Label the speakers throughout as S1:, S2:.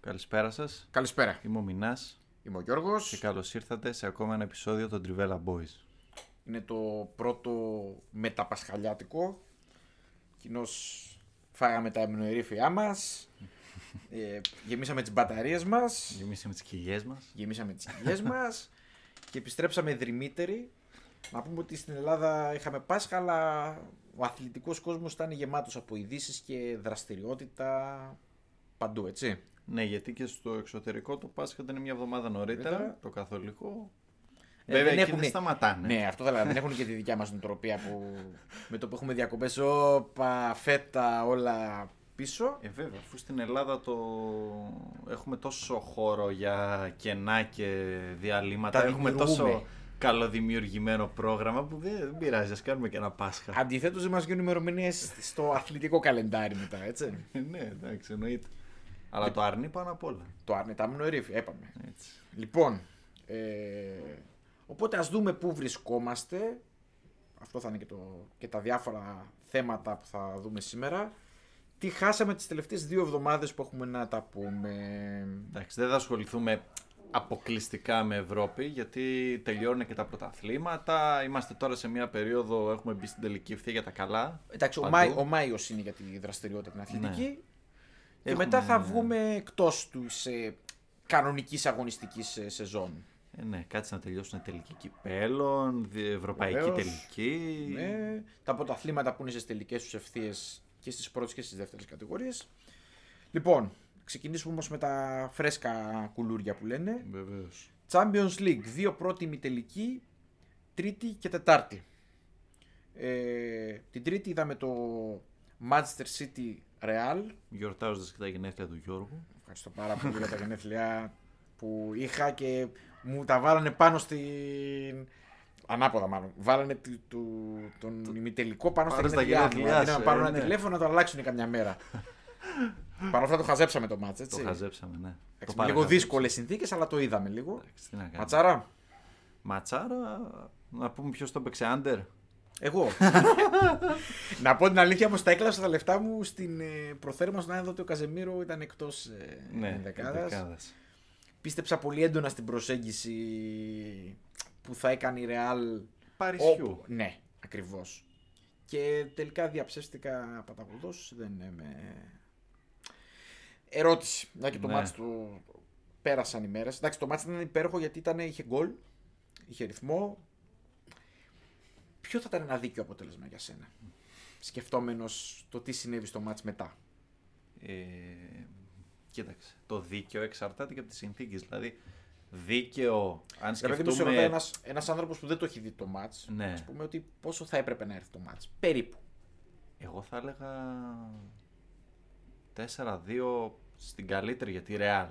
S1: Καλησπέρα σας,
S2: Καλησπέρα.
S1: είμαι ο Μινάς
S2: Είμαι ο Γιώργος.
S1: και καλώς ήρθατε σε ακόμα ένα επεισόδιο των Trivella Boys.
S2: Είναι το πρώτο μεταπασχαλιάτικο. Κοινώς φάγαμε τα εμνοερήφια μας. Ε, γεμίσαμε τις μπαταρίες μας.
S1: Γεμίσαμε τις κοιλιές μας.
S2: Γεμίσαμε τις κοιλιές μας. Και επιστρέψαμε δρυμύτεροι. Να πούμε ότι στην Ελλάδα είχαμε Πάσχα, αλλά ο αθλητικός κόσμος ήταν γεμάτος από ειδήσεις και δραστηριότητα παντού, έτσι.
S1: Ναι, γιατί και στο εξωτερικό το Πάσχα ήταν μια εβδομάδα νωρίτερα,
S2: Νωρίτερα.
S1: το καθολικό.
S2: Ε,
S1: Βέβαια,
S2: δεν
S1: εκεί
S2: έχουν-
S1: δεν σταματάνε.
S2: Ναι, αυτό θα λέγαμε. Δεν έχουν και τη δικιά μας νοοτροπία που με το που έχουμε διακοπές, όπα, φέτα, όλα πίσω.
S1: Ε, βέβαια, αφού στην Ελλάδα το... έχουμε τόσο χώρο για κενά και διαλύματα,
S2: Τα
S1: έχουμε τόσο
S2: δημιουργούμε.
S1: καλοδημιουργημένο πρόγραμμα που δεν, δεν πειράζει, ας κάνουμε και ένα Πάσχα.
S2: Αντιθέτως, δεν μα γίνουν ημερομηνίες στο αθλητικό καλεντάρι μετά, έτσι.
S1: ναι, εντάξει, εννοείται.
S2: Ε.
S1: Αλλά το αρνεί πάνω απ' όλα.
S2: Το αρνητάμινο ερήφι, έπαμε.
S1: Έτσι.
S2: Λοιπόν, ε, οπότε ας δούμε πού βρισκόμαστε. Αυτό θα είναι και, το, και τα διάφορα θέματα που θα δούμε σήμερα. Τι χάσαμε τις τελευταίες δύο εβδομάδες που έχουμε να τα πούμε.
S1: Εντάξει, δεν θα ασχοληθούμε αποκλειστικά με Ευρώπη, γιατί τελειώνουν και τα πρωταθλήματα. Είμαστε τώρα σε μια περίοδο, έχουμε μπει στην τελική ευθεία για τα καλά.
S2: Εντάξει, ο,
S1: Παντού. Ναι.
S2: Μάη, ο Μάιος είναι για τη δραστηριότητα την αθλητική. Και
S1: Έχουμε-
S2: μετά θα βγούμε εκτός του σε κανονικής αγωνιστικής ε, σεζόν.
S1: Ε, ναι, κάτσε να τελειώσουν τελική κυπέλων, δι- ευρωπαϊκή
S2: Βεβαίως.
S1: τελική.
S2: Ναι, τα πρωταθλήματα που είναι στις τελικές τους ευθείες και στις πρώτες και στις δεύτερες κατηγορίες. Λοιπόν, ξεκινήσουμε όμως με τα φρέσκα κουλούρια που λένε.
S1: Βεβαίως.
S2: Champions League, δύο πρώτη ημιτελική, τρίτη και τετάρτη. Ε, την τρίτη είδαμε το Manchester City Real.
S1: Γιορτάζοντας και τα γενέθλια του Γιώργου.
S2: Ευχαριστώ πάρα πολύ για τα γενέθλιά που είχα και μου τα βάλανε πάνω στην... Ανάποδα μάλλον. Βάλανε τη- του- τον ημιτελικό πάνω στα
S1: Πάνω στα
S2: γενέθλιά μου.
S1: γενέθλιά
S2: Αντί
S1: σου,
S2: να
S1: ε,
S2: πάρουν
S1: ναι.
S2: ένα τηλέφωνο να το αλλάξουν καμιά μέρα. Παρ' όλα αυτά το χαζέψαμε το μάτς, έτσι.
S1: Το χαζέψαμε, ναι.
S2: Εντάξει,
S1: το Ε,
S2: με λίγο
S1: παραχαζέψαμε.
S2: δύσκολες συνθήκες, αλλά το είδαμε λίγο.
S1: Εντάξει, τι να κάνουμε.
S2: Ματσάρα,
S1: Ματσάρα, να πούμε ποιος το έπαιξε άντερ.
S2: εγώ. να πω την αλήθεια, όμως τα έκλαψα τα λεφτά μου στην ε, προθέρμανση να είδα ότι ο Καζεμίρο ήταν εκτός ε,
S1: Ναι,
S2: ενδεκάδας.
S1: ενδεκάδας.
S2: πίστεψα πολύ έντονα στην προσέγγιση που θα έκανε η Ρεάλ.
S1: Παρισιού.
S2: Ναι, ακριβώς. Και τελικά διαψεύστηκα παταγωδός, δεν είναι με... Ερώτηση, να και το
S1: Ναι.
S2: μάτς του πέρασαν οι μέρες. Εντάξει, το μάτς ήταν υπέροχο γιατί ήταν, είχε γκολ, είχε ρυθμό. Ποιο θα ήταν ένα δίκαιο αποτέλεσμα για σένα, σκεφτόμενος το τι συνέβη στο μάτς μετά.
S1: Ε, κοίταξε, το δίκαιο εξαρτάται και από τις συνθήκες. Δηλαδή, δίκαιο, αν
S2: Ρε παιδί μου, σε ρωτάει
S1: σκεφτούμε...
S2: ένας, ένας άνθρωπος που δεν το έχει δει το μάτς,
S1: Ναι.
S2: ας πούμε ότι πόσο θα έπρεπε να έρθει το μάτς, περίπου.
S1: Εγώ θα έλεγα 4-2 στην καλύτερη για τη Real.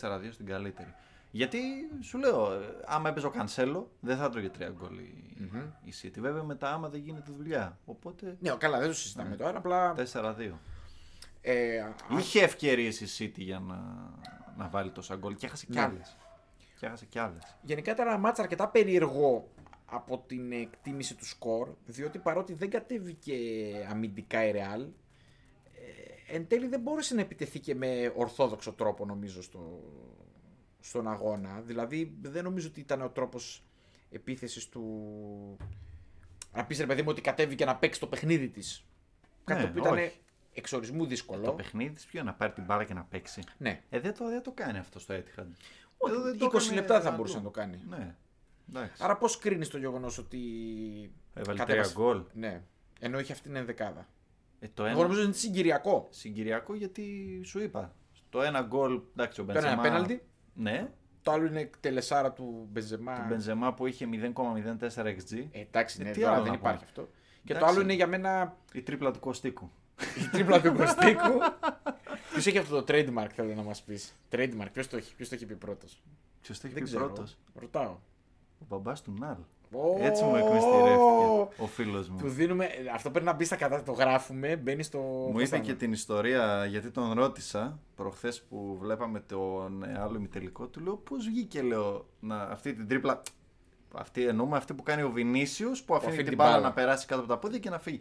S1: 4-2 στην καλύτερη. Γιατί σου λέω, ε, άμα έπαιζε ο Κανσέλο, δεν θα τρώγε τρία γκολ η, η City. Βέβαια μετά άμα δεν γίνεται δουλειά. Οπότε
S2: Ναι, καλά, δεν το συζητάμε τώρα, απλά...
S1: 4-2.
S2: Ε, α-
S1: Είχε ευκαιρίες η City για να, να βάλει τόσα γκολ και έχασε κι
S2: Ναι.
S1: άλλες. Και έχασε κι άλλες.
S2: γενικά ήταν ένα μάτς αρκετά περίεργο από την εκτίμηση του σκορ, διότι παρότι δεν κατέβηκε αμυντικά η Real, ε, εν τέλει δεν μπόρεσε να επιτεθεί και με ορθόδοξο τρόπο νομίζω στο, στον αγώνα. Δηλαδή δεν νομίζω ότι ήταν ο τρόπος επίθεσης του... Να πεις ρε παιδί μου ότι κατέβηκε να παίξει το παιχνίδι της. Κάτι
S1: Ναι,
S2: το οποίο ήταν
S1: όχι.
S2: εξορισμού δύσκολο.
S1: Το παιχνίδι της ποιο να πάρει την μπάλα και να παίξει.
S2: ναι.
S1: Ε, δεν το, δεν το κάνει αυτό στο Etihad.
S2: Όχι,
S1: Εδώ δεν το
S2: 20
S1: έκανε
S2: λεπτά θα
S1: παντού.
S2: μπορούσε να το κάνει.
S1: Ναι. Εντάξει.
S2: Άρα πώς κρίνεις το γεγονός ότι...
S1: Έβαλε τρία
S2: κατέβασε-
S1: γκολ.
S2: Ναι. Ενώ είχε αυτήν την ενδεκάδα.
S1: Ε, το
S2: Εγώ
S1: ένα
S2: νομίζω ότι είναι συγκυριακό.
S1: συγκυριακό γιατί σου είπα. Το ένα γκολ, εντάξει, ο
S2: ένα
S1: Μπενζεμά.
S2: πέναλτι.
S1: Ναι.
S2: Το άλλο είναι τελεσάρα του Μπεζεμά.
S1: Ο Μπενζεμά που είχε 0,04 XG.
S2: Ε, εντάξει,
S1: Ε,
S2: ναι,
S1: τι
S2: τώρα
S1: άλλο
S2: δεν
S1: να
S2: υπάρχει
S1: πούμε.
S2: αυτό. Και το
S1: Εντάξει.
S2: άλλο είναι για μένα
S1: Η τρίπλα του Κωστίκου.
S2: η τρίπλα του Κωστίκου Ποιος έχει αυτό το trademark, θέλω να μας πεις. Trademark, ποιος το, έχει- ποιος το έχει πει πρώτος.
S1: Ποιος το έχει πει πρώτος.
S2: Ρωτάω.
S1: Ο μπαμπάς του Ναρ.
S2: Ω!
S1: Έτσι μου εκμυστηρεύτηκε ο φίλος
S2: Του
S1: μου.
S2: δίνουμε. Αυτό πρέπει να μπει στα κατά, το γράφουμε, μπαίνει στο.
S1: Μου
S2: πώς
S1: είπε
S2: θα
S1: και
S2: είναι.
S1: την ιστορία γιατί τον ρώτησα προχθές που βλέπαμε τον ε, άλλο ημιτελικό. Του λέω πώς βγήκε, λέω, να, αυτή την τρίπλα. Αυτή εννοούμε αυτή που κάνει ο Βινίσιος που αφήνει
S2: αφήνει
S1: την
S2: την
S1: μπάλα,
S2: μπάλα.
S1: να περάσει κάτω από τα πόδια και να φύγει.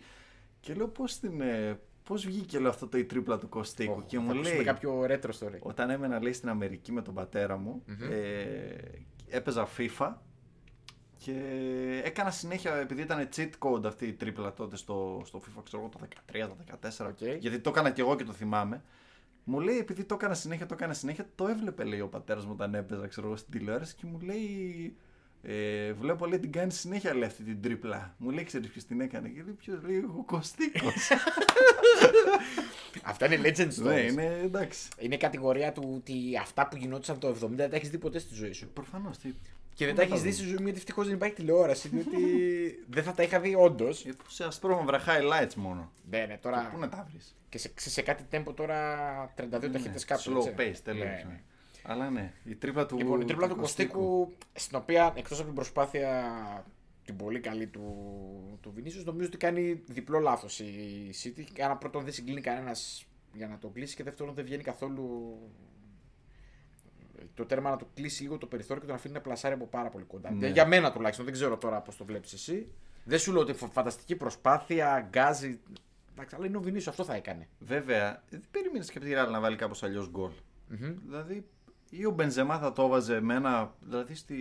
S1: Και λέω πώς την. ε, πώς βγήκε λέω, αυτό το η τρίπλα του Κωστίκου.
S2: Ωχ,
S1: και
S2: θα
S1: μου
S2: ακούσουμε
S1: λέει.
S2: κάποιο retro story.
S1: Όταν έμενα λέει στην Αμερική με τον πατέρα μου, ε, έπαιζα FIFA και έκανα συνέχεια, επειδή ήταν cheat code αυτή η τρίπλα τότε στο, στο FIFA, ξέρω εγώ, το 13, το 14,
S2: Οκ.
S1: γιατί το έκανα και εγώ και το θυμάμαι. Μου λέει, επειδή το έκανα συνέχεια, το έκανα συνέχεια, το έβλεπε λέει ο πατέρας μου όταν έπαιζα, ξέρω εγώ, στην τηλεόραση και μου λέει. Ε, βλέπω λέει την κάνει συνέχεια λέει, αυτή την τρίπλα. Μου λέει, ξέρεις ποιος την έκανε. Και λέει, ποιος λέει, ο Κωστίκος.
S2: Αυτά είναι legend stories.
S1: ναι,
S2: είναι...
S1: είναι εντάξει.
S2: κατηγορία του ότι αυτά που γινόντουσαν το 70 δεν τα έχεις δει ποτέ στη ζωή σου.
S1: Προφανώς.
S2: Και δεν τα
S1: Ναι,
S2: έχει δει στη ζωή μου γιατί ευτυχώς δεν υπάρχει τηλεόραση, διότι δεν θα τα είχα δει όντως.
S1: Ε, που σε ασπρόμαυρα highlights μόνο.
S2: Ναι, ναι,
S1: Πού
S2: τώρα.
S1: να τα βρεις.
S2: Και σε, σε, σε κάτι tempo τώρα 32 ταχύτητες κάπου.
S1: Slow
S2: έτσι.
S1: pace, τέλος.
S2: Ναι, ναι.
S1: Αλλά ναι, η τρίπλα του.
S2: Λοιπόν, η τρίπλα του Κωστίκου, στην οποία εκτός από την προσπάθεια την πολύ καλή του, του Βινίσιους, νομίζω ότι κάνει διπλό λάθος η City. Κάνα πρώτον δεν συγκλίνει κανένας για να το κλείσει και δεύτερον δεν βγαίνει καθόλου το τέρμα να το κλείσει λίγο το περιθώριο και τον αφήνει να πλασάρει από πάρα πολύ κοντά.
S1: Ναι.
S2: Για μένα τουλάχιστον, δεν ξέρω τώρα πώς το βλέπεις εσύ. Δεν σου λέω ότι φα- φανταστική προσπάθεια, γκάζει. Εντάξει, αλλά είναι ο Βινίσιος, αυτό θα έκανε.
S1: Βέβαια, δεν περίμενες και από τη Real να βάλει κάπως αλλιώς γκολ. Δηλαδή, ή ο Μπενζεμά θα το έβαζε με ένα. Δηλαδή, στη...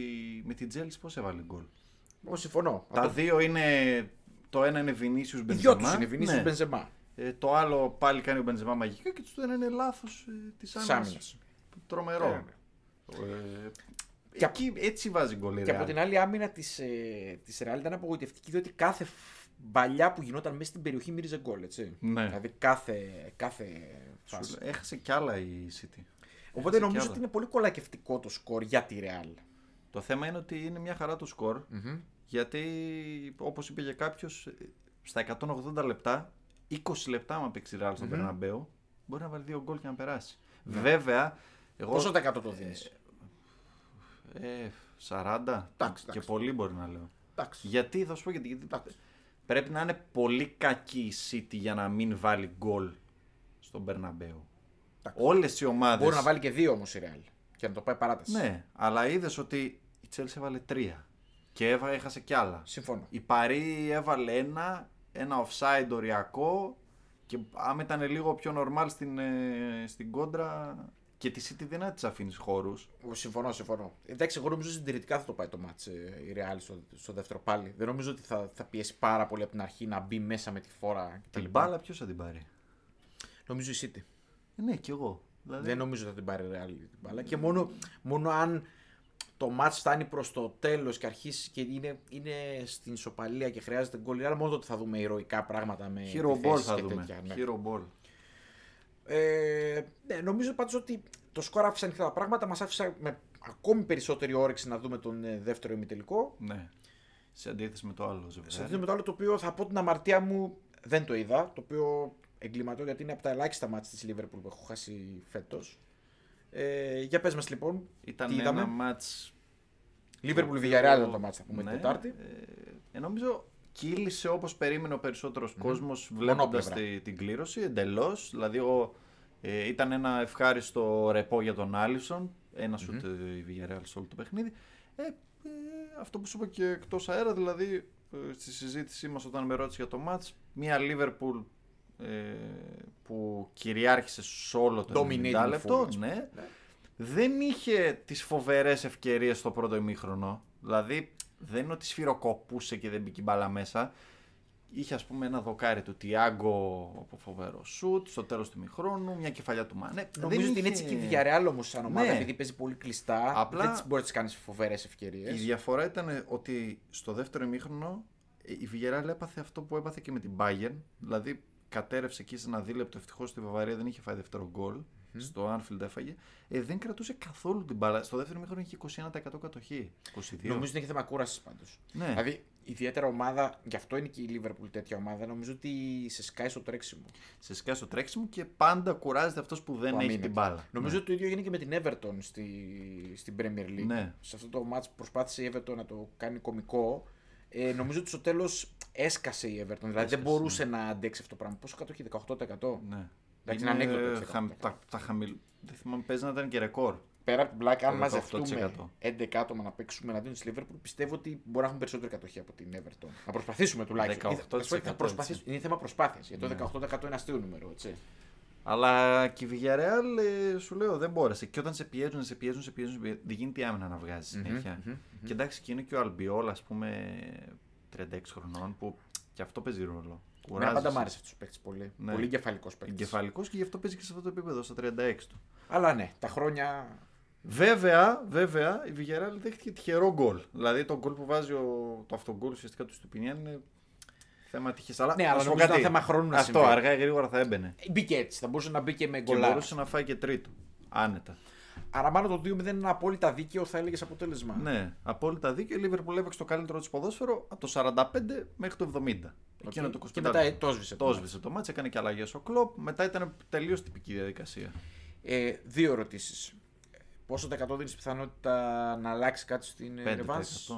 S1: με την Τζέλης πώς έβαλε γκολ.
S2: Εγώ συμφωνώ.
S1: Τα δύο είναι. Το ένα είναι Βινίσιους
S2: Οι
S1: Μπενζεμά.
S2: δυο τους είναι Βινίσιο
S1: ναι.
S2: Μπενζεμά.
S1: Ε, το άλλο πάλι κάνει ο Μπενζεμά μαγικά και το ένα είναι λάθος ε, της
S2: Της
S1: άμυνας.
S2: άμυνας.
S1: Τρομερό.
S2: Ναι,
S1: Ε,
S2: Και απ-
S1: εκεί, έτσι βάζει γκολ. η
S2: Και από
S1: Real.
S2: την άλλη, η άμυνα της ε, της Real ήταν απογοητευτική διότι κάθε φ- μπαλιά που γινόταν μέσα στην περιοχή μύριζε γκολ. Έτσι.
S1: Ναι.
S2: Δηλαδή κάθε, κάθε
S1: Σου
S2: φάση.
S1: λέω, Έχασε κι άλλα η City.
S2: Οπότε
S1: κι
S2: νομίζω
S1: άλλα.
S2: ότι είναι πολύ κολακευτικό το σκορ για τη Real.
S1: Το θέμα είναι ότι είναι μια χαρά το σκορ. Γιατί, όπως είπε και κάποιος, στα 180 λεπτά, 20 λεπτά, άμα παίξει ράλ στον Περναμπέο, μπορεί να βάλει δύο γκολ και να περάσει. Βέβαια, εγώ.
S2: Πόσο τα 100 το δίνεις.
S1: Ε, 40
S2: Εντάξει,
S1: και
S2: εντάξει.
S1: πολύ μπορεί να λέω.
S2: Εντάξει.
S1: Γιατί, θα σου πω γιατί. γιατί πρέπει να είναι πολύ κακή η City για να μην βάλει γκολ στον Περναμπέο.
S2: Εντάξει.
S1: Όλες οι ομάδες.
S2: Μπορεί να βάλει και δύο όμως η Real και να το πάει παράταση.
S1: Ναι, αλλά είδες ότι η Chelsea έβαλε τρία. Και έβα, έχασε κι άλλα.
S2: Συμφωνώ.
S1: Η Παρή έβαλε ένα, ένα offside οριακό και άμα ήταν λίγο πιο normal στην, ε, στην κόντρα και τη City δεν της αφήνεις χώρους.
S2: Εγώ Συμφωνώ, συμφωνώ. Εντάξει, εγώ νομίζω συντηρητικά θα το πάει το μάτς ε, η Real στο, στο δεύτερο πάλι. Δεν νομίζω ότι θα, θα πιέσει πάρα πολύ από την αρχή να μπει μέσα με τη φόρα κτλ.
S1: Την μπάλα ποιος θα την πάρει.
S2: Νομίζω η City.
S1: Ε, ναι, κι εγώ. Δηλαδή,
S2: Δεν νομίζω ότι θα την πάρει Real την μπάλα. Και μόνο, μόνο αν το μάτς φτάνει προς το τέλος και αρχίσει και είναι, είναι στην ισοπαλία και χρειάζεται γκολ, η Real, μόνο τότε θα δούμε ηρωικά πράγματα με
S1: Hero ball
S2: επιθέσεις
S1: θα
S2: και
S1: δούμε.
S2: τέτοια, ναι.
S1: Hero ball.
S2: Ε, ναι, νομίζω πάντως ότι το σκορ άφησε ανοιχτά τα πράγματα, μας άφησε με ακόμη περισσότερη όρεξη να δούμε τον ε, δεύτερο ημιτελικό.
S1: Ναι. Σε αντίθεση με το άλλο
S2: Σε
S1: ζευγάρι.
S2: αντίθεση με το άλλο το οποίο θα πω την αμαρτία μου δεν το είδα, το οποίο εγκληματώ γιατί είναι από τα ελάχιστα μάτς της Liverpool που έχω χάσει φέτος. Ε, για πες μας λοιπόν,
S1: Ήταν
S2: τι
S1: ένα
S2: είδαμε.
S1: μάτς
S2: Λίβερπουλ Villarreal ήταν το μάτς, θα πούμε, την
S1: Ναι,
S2: Τετάρτη.
S1: Ε, νομίζω κύλησε όπως περίμενε ο περισσότερος κόσμος βλέποντας
S2: Μονόπλευρα.
S1: τη- την κλήρωση εντελώς. Δηλαδή εγώ, ε, ήταν ένα ευχάριστο ρεπό για τον Άλισον, ένα σουτ ε, η Villarreal σε όλο το παιχνίδι. Ε, ε, αυτό που σου είπα και εκτός αέρα, δηλαδή ε, στη συζήτησή μας όταν με ρώτησε για το μάτς, μια Λίβερπουλ ε, που κυριάρχησε σε όλο το
S2: Dominating
S1: 90 λεπτό,
S2: full, ας
S1: ναι, δεν είχε τις φοβερές ευκαιρίες στο πρώτο ημίχρονο. Δηλαδή, δεν είναι ότι σφυροκοπούσε και δεν μπήκε η μπάλα μέσα. Είχε, ας πούμε, ένα δοκάρι του Τιάγκο από φοβερό σουτ στο τέλος του ημίχρονου, μια κεφαλιά του Μανέ.
S2: Νομίζω
S1: Δεν
S2: ότι είναι
S1: είχε-
S2: έτσι και η Villarreal όμως σαν ομάδα,
S1: Ναι.
S2: επειδή παίζει πολύ κλειστά.
S1: Απλά-
S2: Δεν της μπορείς να τη κάνεις φοβερές ευκαιρίες.
S1: Η διαφορά ήταν ότι στο δεύτερο ημίχρονο ε, η Βιγεράλ έπαθε αυτό που έπαθε και με την Bayern. Δηλαδή, κατέρευσε εκεί σε ένα δίλεπτο. Ευτυχώς στη Βαβαρία δεν είχε φάει δεύτερο γκολ. στο Anfield έφαγε, ε, δεν κρατούσε καθόλου την μπάλα. Στο δεύτερο μήχρονο είχε 21% κατοχή. 22%.
S2: Νομίζω ότι είναι και θέμα κούρασης πάντως.
S1: Ναι.
S2: Δηλαδή, ιδιαίτερα ομάδα, γι' αυτό είναι και η Liverpool τέτοια ομάδα, νομίζω ότι σε σκάει στο τρέξιμο.
S1: Σε σκάει στο τρέξιμο και πάντα κουράζεται αυτός που δεν
S2: που
S1: έχει
S2: αμήνεται.
S1: την μπάλα.
S2: Νομίζω
S1: Ναι.
S2: ότι το ίδιο έγινε και με την Everton στη, στην Premier League.
S1: Ναι.
S2: Σε αυτό το match που προσπάθησε η Everton να το κάνει κωμικό. Ε, νομίζω ότι στο τέλος έσκασε η Everton. Δηλαδή
S1: Έσκασε,
S2: δεν μπορούσε να αντέξει αυτό το πράγμα. Πόσο κατοχή, 18%.
S1: Ναι.
S2: Εντάξει, είναι ανέκδοτο έτσι,
S1: χαμ-
S2: αυτό.
S1: τα, τα χαμηλ... Δεν θυμάμαι, παίζει να ήταν και ρεκόρ.
S2: Πέρα από την πλάκα, αν
S1: 18%.
S2: μαζευτούμε 11 άτομα να παίξουμε εναντίον της Liverpool, πιστεύω ότι μπορεί να έχουμε περισσότερη κατοχή από την Everton. Να προσπαθήσουμε τουλάχιστον.
S1: 18%
S2: Θα- θα προσπαθήσουμε. Είναι θέμα προσπάθειας.
S1: Ναι.
S2: Γιατί το 18% είναι αστείο νούμερο. Έτσι.
S1: Αλλά και η Villarreal ε, σου λέω δεν μπόρεσε. Και όταν σε πιέζουν, σε πιέζουν, σε πιέζουν, σε πιέζουν, δεν γίνεται η άμυνα να βγάζει συνέχεια. Και εντάξει, και είναι και ο Αλμπιόλ, ας πούμε, 36 χρονών, που και αυτό παίζει ρόλο.
S2: Εμένα Ναι, πάντα μ'
S1: Κουράζεσαι.
S2: άρεσε αυτό του παίχτε πολύ.
S1: Ναι.
S2: Πολύ εγκεφαλικός παίχτη.
S1: Εγκεφαλικός και γι' αυτό παίζει και σε αυτό το επίπεδο, στα 36 του.
S2: Αλλά ναι, τα χρόνια
S1: Βέβαια, βέβαια, η Βιγεράλ δέχτηκε τυχερό γκολ. Δηλαδή το γκολ που βάζει ο, το αυτογκολ ουσιαστικά του Στουπινιάν είναι θέμα τυχής. Αλλά,
S2: Ναι,
S1: να
S2: αλλά
S1: σου πω
S2: νομίζω
S1: κάτι.
S2: ήταν θέμα χρόνου να
S1: Αυτό
S2: συμβεί.
S1: αργά ή γρήγορα θα έμπαινε.
S2: Μπήκε έτσι. Θα μπορούσε να μπει και με
S1: Και
S2: γκολάρα.
S1: μπορούσε να φάει και τρίτο. Άνετα.
S2: Άρα, μάλλον το 2-0 είναι ένα απόλυτα δίκαιο, θα έλεγες αποτέλεσμα.
S1: Ναι, απόλυτα δίκιο. Η Λίβερπουλ έπαιξε το καλύτερο της ποδόσφαιρο από το 45 μέχρι το 70.
S2: Οκ.
S1: Εκείνο το 25.
S2: Και μετά ε, το έσβησε.
S1: το έσβησε το μάτς, έκανε και αλλαγές ο κλοπ. Μετά ήταν τελείως τυπική διαδικασία.
S2: Ε, δύο ερωτήσεις. Πόσο τα 100 δίνεις πιθανότητα να αλλάξει κάτι στην
S1: 5%.
S2: Ε, Ρεβάνς.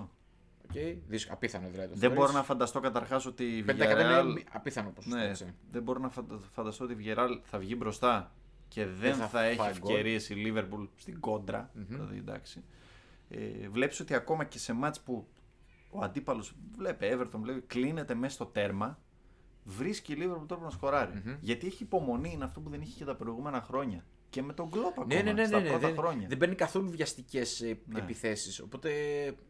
S2: Okay. Δύσκολο. Απίθανο δηλαδή. το
S1: Δεν
S2: θεωρείς.
S1: μπορώ να φανταστώ καταρχάς ότι η
S2: 5%
S1: Villarreal-
S2: είναι απίθανο ποσοστό.
S1: Ναι,
S2: έτσι.
S1: δεν μπορώ να φαντα- φανταστώ ότι η Βιγεράλ θα βγει μπροστά και δεν
S2: Ε, θα
S1: θα,
S2: φάει
S1: έχει
S2: γκολ.
S1: ευκαιρίες η Λίβερπουλ στην κοντρα Δηλαδή, εντάξει. Ε, Βλέπεις ότι ακόμα και σε μάτς που ο αντίπαλος βλέπει, Everton βλέπει, κλείνεται μέσα στο τέρμα, βρίσκει η Λίβερπουλ τρόπο να σκοραρει Γιατί έχει υπομονή, είναι αυτό που δεν είχε και τα προηγούμενα χρόνια. Και με τον Κλόπ ακόμα,
S2: Ναι, ναι, ναι,
S1: στα
S2: ναι, ναι,
S1: πρώτα
S2: δεν,
S1: χρόνια. Ναι.
S2: δεν παίρνει καθόλου βιαστικές επιθέσεις. Οπότε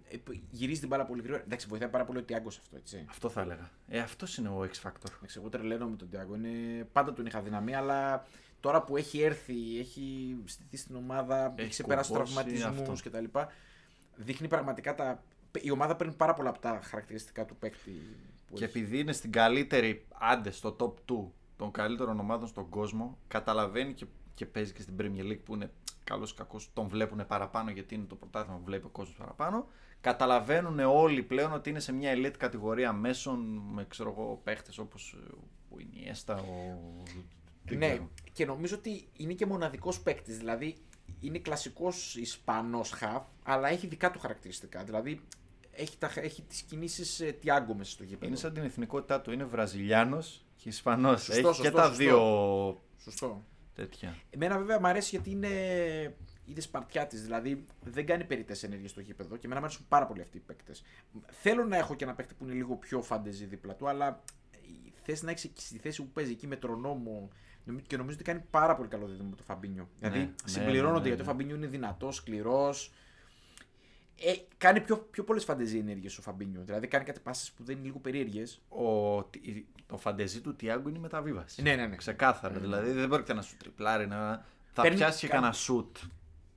S2: ε, γυρίζει την μπάλα πολύ γρήγορα. Εντάξει, βοηθάει πάρα πολύ ο Τιάγκο αυτό, έτσι.
S1: Αυτό θα έλεγα. Ε, αυτός είναι ο X-Factor.
S2: Εντάξει, Εγώ τρελαίνω με τον Τιάγκο. Είναι... Πάντα τον είχα δυναμία, αλλά τώρα που έχει έρθει, έχει στηθεί στην ομάδα, έχει,
S1: Έχει
S2: ξεπεράσει
S1: κουμπώσει
S2: τραυματισμούς
S1: αυτό.
S2: κτλ. Δείχνει πραγματικά τα. Η ομάδα παίρνει πάρα πολλά από τα χαρακτηριστικά του παίκτη. Που
S1: Και
S2: έχει.
S1: επειδή είναι στην καλύτερη, άντε στο top 2 των καλύτερων ομάδων στον κόσμο, καταλαβαίνει και, και παίζει και στην Premier League που είναι καλός ή κακός, τον βλέπουν παραπάνω γιατί είναι το πρωτάθλημα που βλέπει ο κόσμος παραπάνω. Καταλαβαίνουν όλοι πλέον ότι είναι σε μια elite κατηγορία μέσων με ξέρω εγώ παίχτες όπως ο Ινιέστα, ο. δεν
S2: Ναι,
S1: ξέρω.
S2: και νομίζω ότι είναι και μοναδικός παίκτης. Δηλαδή είναι κλασικός Ισπανός χαφ, αλλά έχει δικά του χαρακτηριστικά. Δηλαδή έχει, τα... έχει τις κινήσεις Τιάγκο μέσα στο γήπεδο.
S1: Είναι σαν την εθνικότητά του. Είναι Βραζιλιάνος και Ισπανός. Έχει
S2: Σωστό,
S1: και
S2: σωστό,
S1: τα
S2: σωστό.
S1: δύο
S2: Σωστό.
S1: τέτοια.
S2: Εμένα βέβαια μου αρέσει γιατί είναι, είναι σπαρτιά τη. Δηλαδή δεν κάνει περίτε ενέργειες στο γήπεδο και εμένα μου αρέσουν πάρα πολύ αυτοί οι παίκτες. Θέλω να έχω και ένα παίκτη που είναι λίγο πιο φαντεζή δίπλα του, αλλά θες να έχεις στη θέση που παίζει εκεί με τρονόμο. νομι- Και νομίζω ότι κάνει πάρα πολύ καλό δίδυμο με τον Φαμπίνιο. δηλαδή
S1: ναι,
S2: συμπληρώνονται
S1: ναι, ναι,
S2: γιατί ο
S1: ναι.
S2: Φαμπίνιο είναι δυνατός, σκληρός. Ε, κάνει πιο, πιο πολλές φαντεζή ενέργειες ο Φαμπίνιο. Δηλαδή κάνει κάτι πάσει που δεν είναι λίγο περίεργες.
S1: ο, η- το φαντεζή του Τιάγκου είναι η μεταβίβαση.
S2: Ναι, ναι, ναι.
S1: Ξεκάθαρα. Δηλαδή δεν πρόκειται να σου τριπλάρει, να... θα
S2: Παίρνει
S1: πιάσει και
S2: κα-
S1: κανένα σουτ.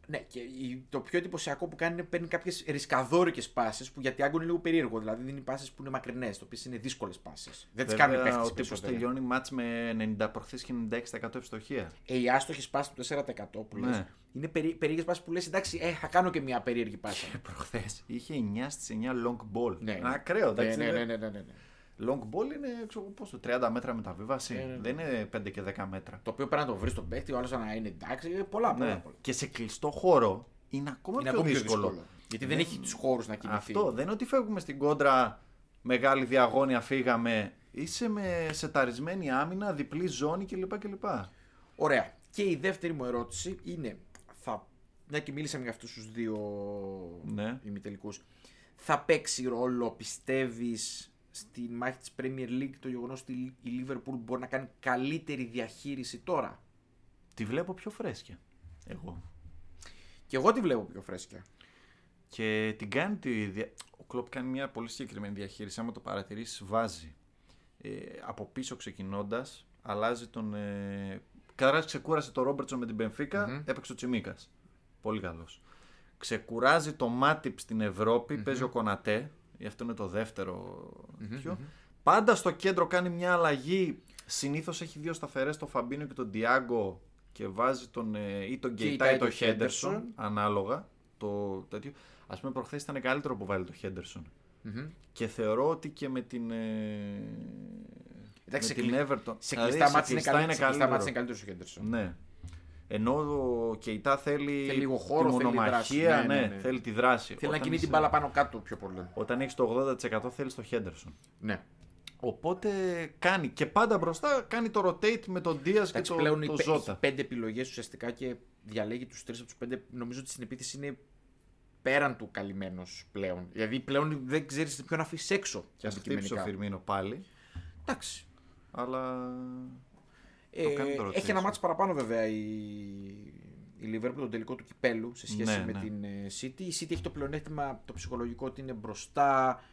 S2: Ναι, και η- το πιο εντυπωσιακό που κάνει είναι παίρνει κάποιες ρισκαδόρικες πάσει που για Τιάγκο είναι λίγο περίεργο. Δηλαδή δίνει πάσει που είναι μακρινές, το οποίε είναι δύσκολες πάσει. Δεν τις κάνει παίχτε.
S1: ο τύπο τελειώνει μάτς με 90 προχθές και 96% ευστοχία.
S2: Ε, οι άστοχες πάσει του 4% που λε.
S1: Ναι.
S2: Είναι περί, περίεργες πάσει που λες, εντάξει, ε, θα κάνω και μια περίεργη πάση.
S1: Προχθές είχε 9 στι 9 long ball.
S2: Ναι.
S1: Ένα ακραίο,
S2: ναι,
S1: εντάξει.
S2: ναι, ναι,
S1: δεν-
S2: ναι, ναι, ναι.
S1: Long ball είναι ξέρω, εγώ, πόσο, 30 μέτρα μεταβίβαση.
S2: Ναι, ναι, ναι.
S1: Δεν είναι 5 και 10 μέτρα.
S2: Το οποίο πρέπει να το βρεις στον παίκτη, ο άλλος να είναι εντάξει. ε, Πολλά, πολλά.
S1: Ναι.
S2: πολλά.
S1: Και σε κλειστό χώρο είναι ακόμα
S2: Είναι
S1: πιο,
S2: ακόμη
S1: δύσκολο.
S2: Γιατί δεν, έχει τους χώρους να κινηθεί.
S1: Αυτό δεν είναι ότι φεύγουμε στην κόντρα, μεγάλη διαγώνια φύγαμε. Είσαι με σεταρισμένη άμυνα, διπλή ζώνη κλπ. κλπ.
S2: Ωραία. Και η δεύτερη μου ερώτηση είναι, θα, μια και μίλησαμε για αυτούς τους δύο
S1: Ναι.
S2: ημιτελικούς, θα παίξει ρόλο, πιστεύεις, στη μάχη της Premier League το γεγονός ότι η Liverpool μπορεί να κάνει καλύτερη διαχείριση τώρα.
S1: Τη βλέπω πιο φρέσκια. Εγώ.
S2: Και εγώ τη βλέπω πιο φρέσκια.
S1: Και την κάνει τη. δια- Ο Κλοπ κάνει μια πολύ συγκεκριμένη διαχείριση. Άμα το παρατηρήσεις, βάζει. Ε, από πίσω ξεκινώντας, αλλάζει τον. Ε... Καταρχάς ξεκούρασε το Ρόμπερτσον με την πενφικα έπαιξε ο Τσιμίκας. Πολύ καλός. Ξεκουράζει το Μάτιπ στην ευρωπη παίζει ο Κονατέ. ε, Αυτό είναι το δευτερο τέτοιο. Πάντα στο κέντρο κάνει μια αλλαγή. Συνήθως έχει δύο σταθερές, τον Φαμπίνο και τον Ντιάγκο. και βάζει τον, ε, ή τον
S2: Και
S1: Γκέιτα
S2: ητάει
S1: ή τον
S2: τον Henderson.
S1: Χέντερσον, ανάλογα το τέτοιο. Ας πούμε, προχθές ήταν καλύτερο που βάλει το Χέντερσον. Και θεωρώ ότι και με την. Ε,
S2: Εντάξει,
S1: με
S2: σε
S1: την
S2: κλει-
S1: Everton.
S2: Σε
S1: Δηλαδή,
S2: κλειστά μάτια είναι,
S1: κλειστά
S2: καλύ- σε κλειστά
S1: καλύτερο.
S2: μάτς είναι καλύτερος ο Χέντερσον.
S1: Ναι. Ενώ ο Κεϊτά θέλει,
S2: Θέλει λίγο χώρο,
S1: τη
S2: θέλει
S1: μονομαχία,
S2: δράση. Ναι,
S1: ναι,
S2: ναι, ναι.
S1: θέλει τη δράση.
S2: Θέλει να
S1: Όταν
S2: κινεί την
S1: είσαι-
S2: μπάλα πάνω κάτω πιο πολύ.
S1: Όταν έχεις το 80% θέλεις το Henderson.
S2: Ναι.
S1: Οπότε κάνει και πάντα μπροστά κάνει το rotate με τον Δία και
S2: Εντάξει,
S1: τον
S2: πλέον
S1: το
S2: οι πέ-
S1: Ζώτα.
S2: έχει πέντε επιλογές ουσιαστικά και διαλέγει τους τρεις από τους πέντε. Νομίζω ότι στην επίθεση είναι πέραν του καλυμμένος πλέον. Δηλαδή πλέον δεν ξέρεις ποιον να αφήσεις έξω.
S1: Και ας χτύψει ο Φιρμίνο πάλι.
S2: Εντάξει.
S1: Αλλά.
S2: Ε,
S1: κάνει το rotation.
S2: έχει ένα μάτς παραπάνω βέβαια η, η Liverpool, τον τελικό του κυπέλου σε σχέση
S1: Ναι,
S2: με
S1: ναι.
S2: την ε, City. Η City έχει το πλεονέκτημα το ψυχολογικό ότι είναι μπροστά,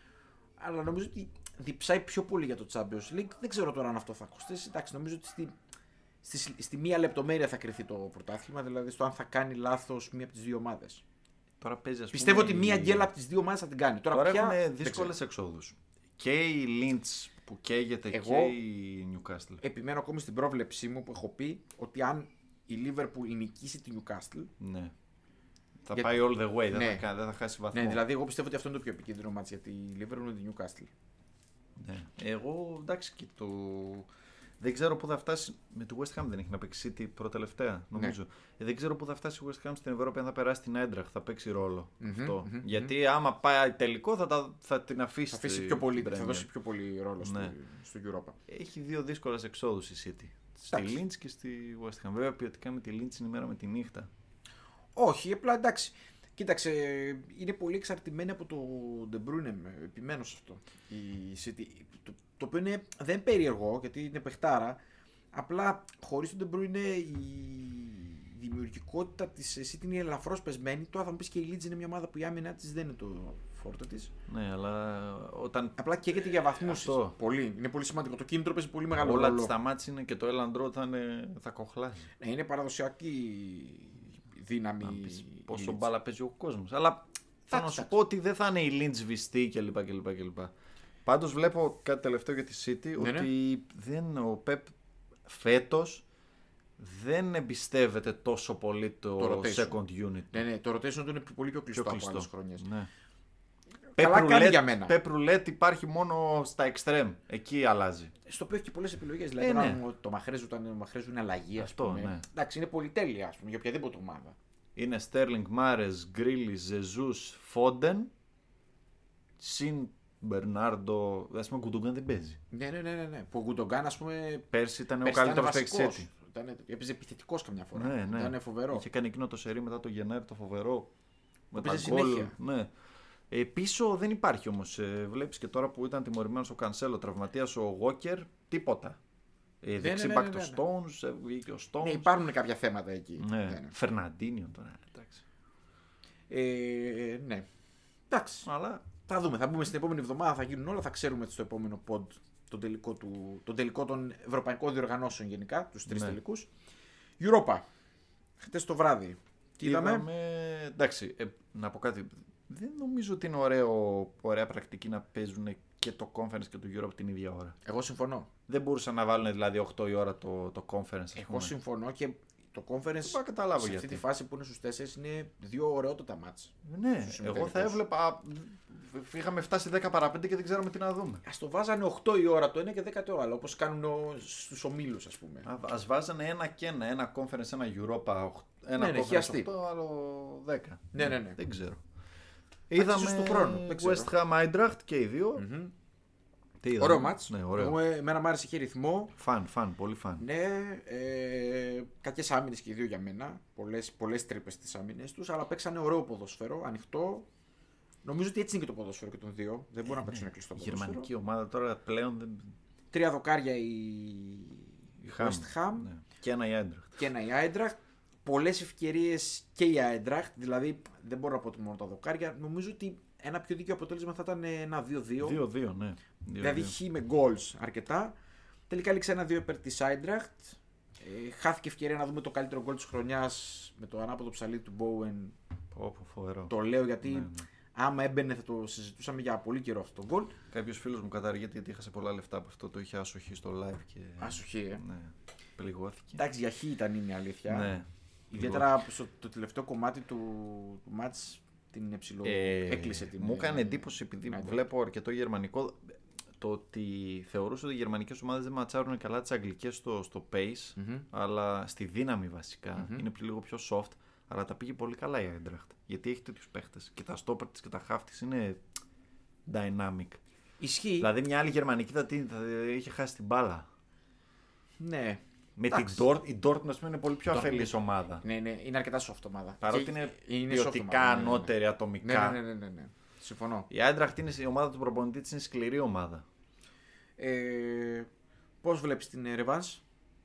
S2: αλλά νομίζω ότι διψάει πιο πολύ για το Champions League. Δεν ξέρω τώρα αν αυτό θα κοστίσει. Εντάξει, νομίζω ότι στη, στη, στη μία λεπτομέρεια θα κρυθεί το πρωτάθλημα, δηλαδή στο αν θα κάνει λάθος μία από τις δύο ομάδες.
S1: Τώρα παίζει, ας
S2: Πιστεύω
S1: πούμε,
S2: ότι
S1: η-
S2: μία γκέλα από τις δύο ομάδες θα την κάνει. Τώρα,
S1: Τώρα
S2: ποια...
S1: έχουν
S2: δεν
S1: δύσκολε
S2: ξέρω.
S1: εξόδους. Και η Λίντ που καίγεται
S2: Εγώ-
S1: και η Νιουκάστλ.
S2: Επιμένω ακόμη στην πρόβλεψή μου που έχω πει ότι αν η Liverpool νικήσει τη Newcastle,
S1: Ναι. Θα
S2: Γιατί-
S1: πάει all the way, δεν,
S2: Ναι.
S1: θα, κα- δεν θα χάσει βαθμό.
S2: Ναι, δηλαδή εγώ πιστεύω ότι αυτό είναι το πιο επικίνδυνο μάτς για τη Liverpool με τη Newcastle.
S1: Ναι. Εγώ εντάξει και το. Δεν ξέρω πού θα φτάσει. Με τη West Ham δεν έχει να παίξει City
S2: Ναι.
S1: προτελευταία, νομίζω. Ε, δεν ξέρω πού θα φτάσει η West Ham στην Ευρώπη αν θα περάσει την Έντραχ. Θα παίξει ρόλο αυτό. Γιατί άμα πάει τελικό θα, τα, θα την αφήσει.
S2: Θα αφήσει
S1: στη-
S2: πιο πολύ,
S1: στην
S2: θα
S1: Premier.
S2: δώσει πιο πολύ ρόλο στο,
S1: Ναι.
S2: στο Europa.
S1: Έχει δύο δύσκολες εξόδους η City. Στη
S2: Εντάξει.
S1: Λίντ και στη West Ham. Βέβαια, ποιοτικά με τη Λίντ είναι η μέρα με τη νύχτα.
S2: Όχι, απλά εντάξει. Κοίταξε, είναι πολύ εξαρτημένη από το De Bruyne, επιμένω σε αυτό. Η City, το, το οποίο είναι, δεν είναι περίεργο, γιατί είναι παιχτάρα. Απλά χωρίς τον De Bruyne η δημιουργικότητα της City είναι ελαφρώς πεσμένη. Τώρα θα μου πεις και η Leeds είναι μια ομάδα που η άμυνα της δεν είναι το φόρτο της.
S1: Ναι, αλλά όταν
S2: Απλά καίγεται για βαθμούς.
S1: Ε, Αυτό.
S2: της. Πολύ. Είναι πολύ σημαντικό. Το κίνητρο παίζει πολύ μεγάλο
S1: όλα
S2: ρόλο.
S1: τα μάτια είναι και το Έλαντρο θα, είναι- θα κοχλάσει.
S2: Ναι, είναι παραδοσιακή δύναμη.
S1: Να πεις
S2: η
S1: πόσο
S2: Leeds.
S1: μπάλα παίζει ο κόσμος. Αλλά θα να
S2: Εντάξει,
S1: σου
S2: εντάξει.
S1: πω ότι δεν θα είναι η Λίντ σβηστή κλπ. κλπ, κλπ. Πάντως βλέπω κάτι τελευταίο για τη City
S2: Ναι, ναι.
S1: ότι δεν, ο Πεπ φέτος δεν εμπιστεύεται τόσο πολύ το,
S2: Το rotation.
S1: second unit.
S2: Ναι, ναι, το rotation του είναι πολύ πιο κλειστό,
S1: Πιο κλειστό.
S2: από άλλες χρονιές.
S1: Ναι.
S2: Καλά
S1: Pep
S2: κάνει
S1: roulette-
S2: για μένα.
S1: Pep roulette υπάρχει μόνο στα extreme. Εκεί αλλάζει.
S2: Στο οποίο έχει και πολλές επιλογές. Δηλαδή,
S1: Ε,
S2: τώρα,
S1: ναι.
S2: το μαχρέζου, όταν μαχρέζου είναι αλλαγή, ας
S1: Αυτό,
S2: πούμε.
S1: ναι.
S2: Εντάξει, είναι πολυτέλεια ας πούμε, για οποιαδήποτε ομάδα.
S1: Είναι Sterling, Mares, Γκρίλι, Ζεζού, Φόντεν. Συν Μπερνάρντο. Ας πούμε, Κουντουγκάν δεν παίζει.
S2: Ναι, ναι, ναι. ναι, ναι. Που ο Γκουντογκάν, ας πούμε.
S1: Πέρσι ήταν
S2: πέρσι
S1: ο
S2: ήταν
S1: καλύτερο παίκτη
S2: βασικός.
S1: έτσι.
S2: Ήταν- Έπαιζε επιθετικός καμιά φορά.
S1: Ναι, ναι.
S2: Ήταν φοβερό.
S1: Είχε κάνει εκείνο το σερί μετά το Γενάρη το φοβερό. Με τα
S2: παίζει
S1: γκολ.
S2: συνέχεια.
S1: Ναι. Ε, πίσω δεν υπάρχει όμως. Ε, Βλέπεις και τώρα που ήταν τιμωρημένος ο Κανσέλο, τραυματίας ο Walker, τίποτα. Ε,
S2: ναι,
S1: δεξί
S2: ναι,
S1: μπακ
S2: ναι,
S1: το
S2: ναι.
S1: Stones, ε, βγήκε ο Stones.
S2: Ναι, υπάρχουν κάποια θέματα εκεί.
S1: Ναι.
S2: Ναι, ναι.
S1: Φερναντίνιο τώρα. Εντάξει.
S2: Ε, ναι. Εντάξει.
S1: Αλλά
S2: Θα δούμε, θα μπούμε στην επόμενη εβδομάδα, θα γίνουν όλα, θα ξέρουμε στο επόμενο pod τον τελικό, του, τον τελικό των ευρωπαϊκών διοργανώσεων γενικά, τους τρεις
S1: Ναι.
S2: τελικούς. Europa, χτες το βράδυ. Τι είδαμε,
S1: Εντάξει, ε, να πω κάτι. Δεν νομίζω ότι είναι ωραίο, ωραία πρακτική να παίζουν και το conference και το Europe την ίδια ώρα.
S2: εγώ συμφωνώ.
S1: Δεν μπορούσαν να βάλουν δηλαδή 8 η ώρα το, το conference. ας
S2: Εγώ
S1: πούμε.
S2: συμφωνώ και το conference
S1: μπορώ να καταλάβω
S2: σε αυτή
S1: γιατί.
S2: τη φάση που είναι στους τέσσερις είναι δύο ωραιότατα μάτς.
S1: Ναι,
S2: στους
S1: εγώ θα
S2: συμμετέχοντες.
S1: έβλεπα. α, β- Είχαμε φτάσει 10 παρα 5 και δεν ξέραμε τι να δούμε.
S2: Ας το βάζανε 8 η ώρα το ένα και 10 το άλλο, όπως κάνουν ο- στους ομίλους ας πούμε.
S1: Α ας βάζανε ένα και ένα. Ένα conference, ένα Europa. οχ- Ένα
S2: Ναι, ναι,
S1: conference
S2: χιαστή.
S1: 8, άλλο 10.
S2: Ναι, ναι, ναι.
S1: Δεν ξέρω.
S2: ίσως του χρόνου, δεν ξέρω.
S1: West Ham Eintracht και οι δυο Τι είδαμε.
S2: Ωραίο μάτς,
S1: Ναι, ωραίο.
S2: Εγώ, ε, εμένα μου άρεσε είχε ρυθμό,
S1: Φαν, φαν, πολύ φαν.
S2: Ναι, ε, κακές άμυνες και οι δύο για μένα. Πολλές πολλές τρύπες στις άμυνες τους, αλλά παίξανε ωραίο ποδόσφαιρο, ανοιχτό. Νομίζω ότι έτσι είναι και το ποδόσφαιρο και των δύο. Δεν μπορούν να παίξουν ένα κλειστό
S1: Ε, ναι, Η
S2: ποδόσφαιρο.
S1: γερμανική ομάδα τώρα πλέον δεν.
S2: Τρία δοκάρια η,
S1: η
S2: West Ham
S1: ναι. Και ένα η Eintracht.
S2: και ένα η Άιντραχτ. Πολλές ευκαιρίες και η Άιντραχτ, δηλαδή δεν μπορώ να πω ότι μόνο τα δοκάρια. Νομίζω ότι ένα πιο δίκαιο αποτέλεσμα θα ήταν ε, ένα 2-2.
S1: 2-2, ναι. 2-2.
S2: Δηλαδή χ με goals αρκετά. Τελικά λήξε ένα-δύο υπέρ της Άιντραχτ. Ε, χάθηκε ευκαιρία να δούμε το καλύτερο γκολ της χρονιάς με το ανάποδο ψαλί του Bowen.
S1: Πω, πω, φοβερό.
S2: Το λέω γιατί
S1: Ναι, ναι.
S2: άμα έμπαινε θα το συζητούσαμε για πολύ καιρό αυτό το γκολ.
S1: Ναι. Κάποιος φίλος μου καταργείται γιατί έχασε πολλά λεφτά από αυτό. Το είχε άσοχη στο live. Και...
S2: Άσοχη, ε.
S1: Ναι. Πληγώθηκε.
S2: Εντάξει, για χ ήταν είναι η αλήθεια.
S1: Ναι.
S2: Ιδιαίτερα στο το τελευταίο κομμάτι του, του μάτς την εψιλό.
S1: Ε,
S2: Έκλεισε την.
S1: Μου έκανε εντύπωση επειδή
S2: Άντε.
S1: βλέπω αρκετό γερμανικό το ότι θεωρούσα ότι οι γερμανικές ομάδες δεν ματσάρουν καλά τις αγγλικές στο, στο pace,
S2: Μμμ.
S1: αλλά στη δυναμη βασικα
S2: Μμμ.
S1: Είναι πιο- λίγο πιο soft, αλλά τα πήγε πολύ καλά η Έντραχτ. Γιατί έχει τέτοιους παίχτες. Και τα stopper της και τα half της είναι dynamic.
S2: Ισχύει.
S1: Δηλαδή μια άλλη γερμανική θα, την- θα είχε χάσει την μπάλα.
S2: Ναι.
S1: Με την Dort, η Dortmund, ας πούμε, είναι πολύ πιο αφελής ομάδα.
S2: Ναι, ναι, είναι αρκετά soft ομάδα.
S1: Παρότι
S2: Και-
S1: είναι,
S2: soft
S1: ποιοτικά
S2: ομάδα, ναι, ναι, ναι.
S1: ανώτερη ατομικά.
S2: Ναι, ναι, ναι, ναι, ναι. Συμφωνώ.
S1: Η Άντραχτ είναι η ομάδα του προπονητή της, είναι σκληρή ομάδα.
S2: Ε, Πώς βλέπεις την ε, Revenge.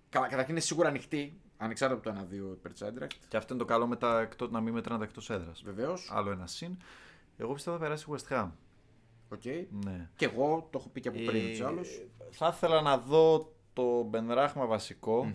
S2: Καλά, καταρχήν είναι σίγουρα ανοιχτή. Ανεξάρτητα από το 1-2 υπέρ της Άντρακτ.
S1: Και αυτό είναι το καλό με τα εκτό, να μην μετράνε τα εκτός έδρας.
S2: Βεβαίως.
S1: Άλλο ένα συν. Εγώ πιστεύω θα περάσει η West Ham.
S2: Οκ.
S1: Ναι.
S2: Και εγώ το έχω πει και από πριν
S1: Ε,
S2: τους άλλους.
S1: Θα ήθελα να δω το Μπενράχμα βασικό.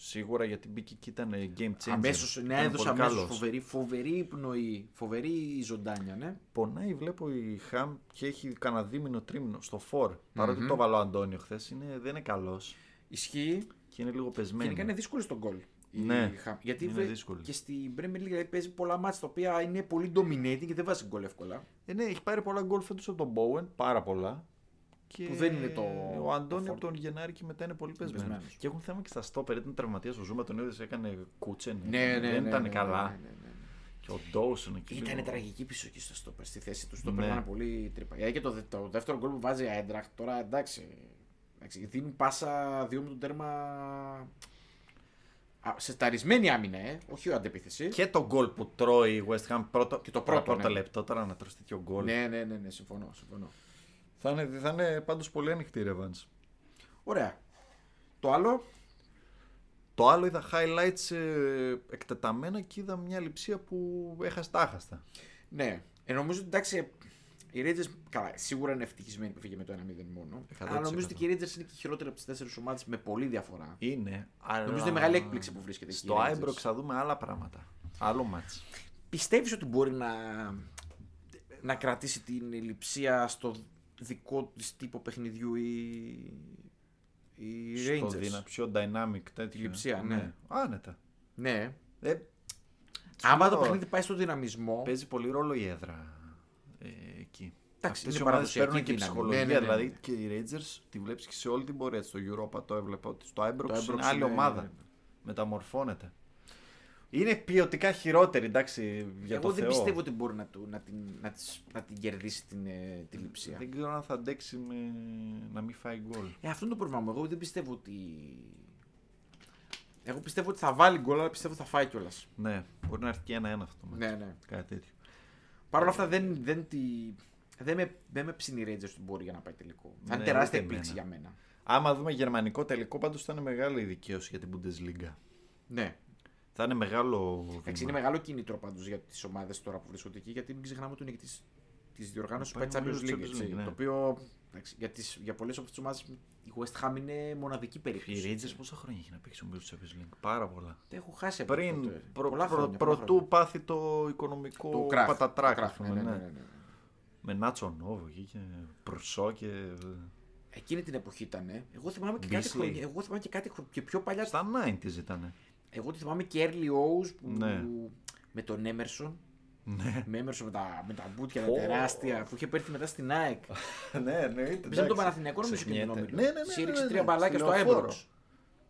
S1: Σίγουρα γιατί μπήκε και ήταν ε, game changer.
S2: Αμέσως, ναι,
S1: Ήταν πολύ
S2: έδωσε αμέσως
S1: καλός.
S2: φοβερή, φοβερή πνοή, φοβερή ζωντάνια, ναι.
S1: Πονάει, βλέπω η Χαμ και έχει κανένα δίμηνο τρίμηνο στο 4. Παρότι το βάλω Αντώνιο χθες, δεν είναι καλός
S2: Ισχύει.
S1: και είναι λίγο πεσμένο.
S2: Γενικά είναι δύσκολη στον γκολ. η
S1: Ναι,
S2: Χαμ. Γιατί
S1: είναι
S2: βε-
S1: δύσκολη.
S2: και στην Premier League δηλαδή, παίζει πολλά μάτια τα οποία είναι πολύ dominating και δεν βάζει γκολ εύκολα.
S1: Ε, ναι, έχει πάρει πολλά γκολ φέτος από τον Bowen, πάρα πολλά. Και
S2: Που δεν είναι το-
S1: Ο Αντώνη
S2: το
S1: από τον Γενάρη και μετά είναι πολύ πεσμένο.
S2: πεσμένος.
S1: Και έχουν θέμα και στα στόπερ. Ήταν τραυματίας ο Ζούμα, τον είδες, έκανε κούτσεν. Ε,
S2: Ναι, ναι,
S1: δεν
S2: ναι,
S1: ήταν
S2: ναι,
S1: καλά.
S2: ναι, ναι, ναι.
S1: Και ο Ντόουσον εκεί.
S2: Ήταν
S1: λίγο.
S2: τραγική πισωκή στο στόπερ. Στη θέση του στόπερ
S1: Ναι.
S2: ήταν πολύ τρύπα. Ε, Και το, δε- το δεύτερο γκολ που βάζει η Άιντραχτ τώρα εντάξει. εντάξει δίνει πάσα δύο με τον τέρμα. Α, σε ταρισμένη άμυνα, ε, όχι ο αντεπίθεση.
S1: Και το γκολ που τρώει η West Ham πρώτο,
S2: Και το πρώτο, ναι.
S1: λεπτό τώρα να τρώσει τέτοιο γκολ.
S2: Ναι, ναι, ναι, ναι, συμφωνώ. συμφωνώ.
S1: Θα είναι, θα είναι πάντως πολύ ανοιχτή η revenge.
S2: Ωραία. Το άλλο.
S1: Το άλλο είδα highlights ε, εκτεταμένα και είδα μια λειψία που έχασε τα άχαστα.
S2: Ναι. Ε, νομίζω ότι εντάξει. Οι Rangers, καλά, σίγουρα είναι ευτυχισμένοι που φύγε με το 1-0 μόνο.
S1: 100%.
S2: Αλλά νομίζω ότι και οι Rangers είναι και χειρότεροι από τις τέσσερις ομάδες με πολύ διαφορά.
S1: Είναι. Αλλά...
S2: Νομίζω ότι είναι μεγάλη έκπληξη που βρίσκεται εκεί.
S1: Στο
S2: η Rangers.
S1: Άιμπροξ θα δούμε άλλα πράγματα. Άλλο μάτς.
S2: Πιστεύεις ότι μπορεί να, να κρατήσει την λειψία στο δικό της τύπο παιχνιδιού η, η Rangers.
S1: Στο δυνα, πιο dynamic τέτοιο. Τη
S2: λειψία, ναι.
S1: Άνετα.
S2: Ναι.
S1: Ε,
S2: Άμα
S1: λέω,
S2: το παιχνίδι πάει στο δυναμισμό,
S1: Παίζει πολύ ρόλο η έδρα ε, εκεί.
S2: Εντάξει,
S1: Αυτές
S2: είναι
S1: οι ομάδες
S2: παραδοσιακή
S1: παίρνουν και
S2: δύναμη.
S1: ψυχολογία.
S2: Ναι, ναι, ναι, ναι.
S1: Δηλαδή και οι Rangers τη βλέπεις και σε όλη την πορεία της. Στο Europa το έβλεπα ότι στο Άιμπροξ
S2: Το Ibrox
S1: είναι άλλη
S2: είναι-
S1: ομάδα. Μεταμορφώνεται. Είναι ποιοτικά χειρότερη, εντάξει, για
S2: εγώ
S1: το
S2: δεν
S1: Θεό.
S2: πιστεύω ότι μπορεί να, του, να, την, να, της- να την κερδίσει την, ε, τη λειψία.
S1: Δεν ξέρω αν θα αντέξει με... να μην φάει γκολ.
S2: Ε, αυτό είναι το πρόβλημα μου. Εγώ δεν πιστεύω ότι... Εγώ πιστεύω ότι θα βάλει γκολ, αλλά πιστεύω ότι θα φάει κιόλας.
S1: Ναι, μπορεί να έρθει και ένα-ένα αυτό το μάτς.
S2: Ναι, ναι.
S1: Κάτι τέτοιο.
S2: Παρ' όλα αυτά δεν, δεν, τη... δεν, με, δεν με ψήνει η Rangers ότι μπορεί για να πάει τελικό. Θα είναι
S1: Ναι,
S2: τεράστια
S1: ούτε
S2: επίξη για
S1: εμένα.
S2: μένα.
S1: Άμα δούμε γερμανικό τελικό, πάντως θα είναι μεγάλη η δικαίωση για την Bundesliga.
S2: Ναι.
S1: Θα είναι μεγάλο.
S2: Εντάξει,
S1: βήμα.
S2: είναι μεγάλο κίνητρο πάντως για τις ομάδες τώρα που βρίσκονται εκεί, γιατί μην ξεχνάμε ότι ο νικητή τη διοργάνωση του
S1: Πάει
S2: Champions
S1: νομίζω
S2: League.
S1: Champions
S2: έτσι,
S1: League, ναι.
S2: Το οποίο εντάξει, για, τις, για πολλές από τις ομάδες η West Ham είναι μοναδική
S1: Η
S2: περίπτωση.
S1: Rangers πόσα χρόνια έχει να παίξει νομίζω στο Champions League. Πάρα πολλά.
S2: Τα έχω χάσει από Ε, τότε.
S1: Πριν προ,
S2: Πολλά
S1: προ-
S2: χρόνια, πολλά
S1: προτού
S2: χρόνια.
S1: πάθει το οικονομικό
S2: του Κράχ.
S1: πατατράκ.
S2: Του
S1: ας
S2: Κράχ,
S1: πούμε,
S2: ναι, ναι,
S1: ναι.
S2: ναι, ναι, ναι.
S1: Με Νάτσο Νόβο εκεί και Προσό και.
S2: Εκείνη την εποχή ήταν. ε. Εγώ θυμάμαι και κάτι,
S1: Beasley.
S2: χρόνια- εγώ θυμάμαι και κάτι χρο- και πιο παλιά.
S1: Στα 90s ήταν.
S2: Εγώ τη θυμάμαι και early O's που
S1: Ναι.
S2: με τον Emerson.
S1: Ναι.
S2: Με Emerson με τα, με τα μπουτια τα
S1: Ω.
S2: τεράστια που είχε παίρθει μετά στην ΑΕΚ.
S1: ναι, ναι.
S2: Παίζαμε τον Παναθηναϊκό νομίζω και τον
S1: Ξεχνιέται.
S2: Όμιλο.
S1: Ναι, ναι, ναι, ναι,
S2: Σύριξε
S1: ναι,
S2: τρία
S1: ναι,
S2: μπαλάκια
S1: στη
S2: στο
S1: Λεωφόρο.
S2: Άιμπροξ.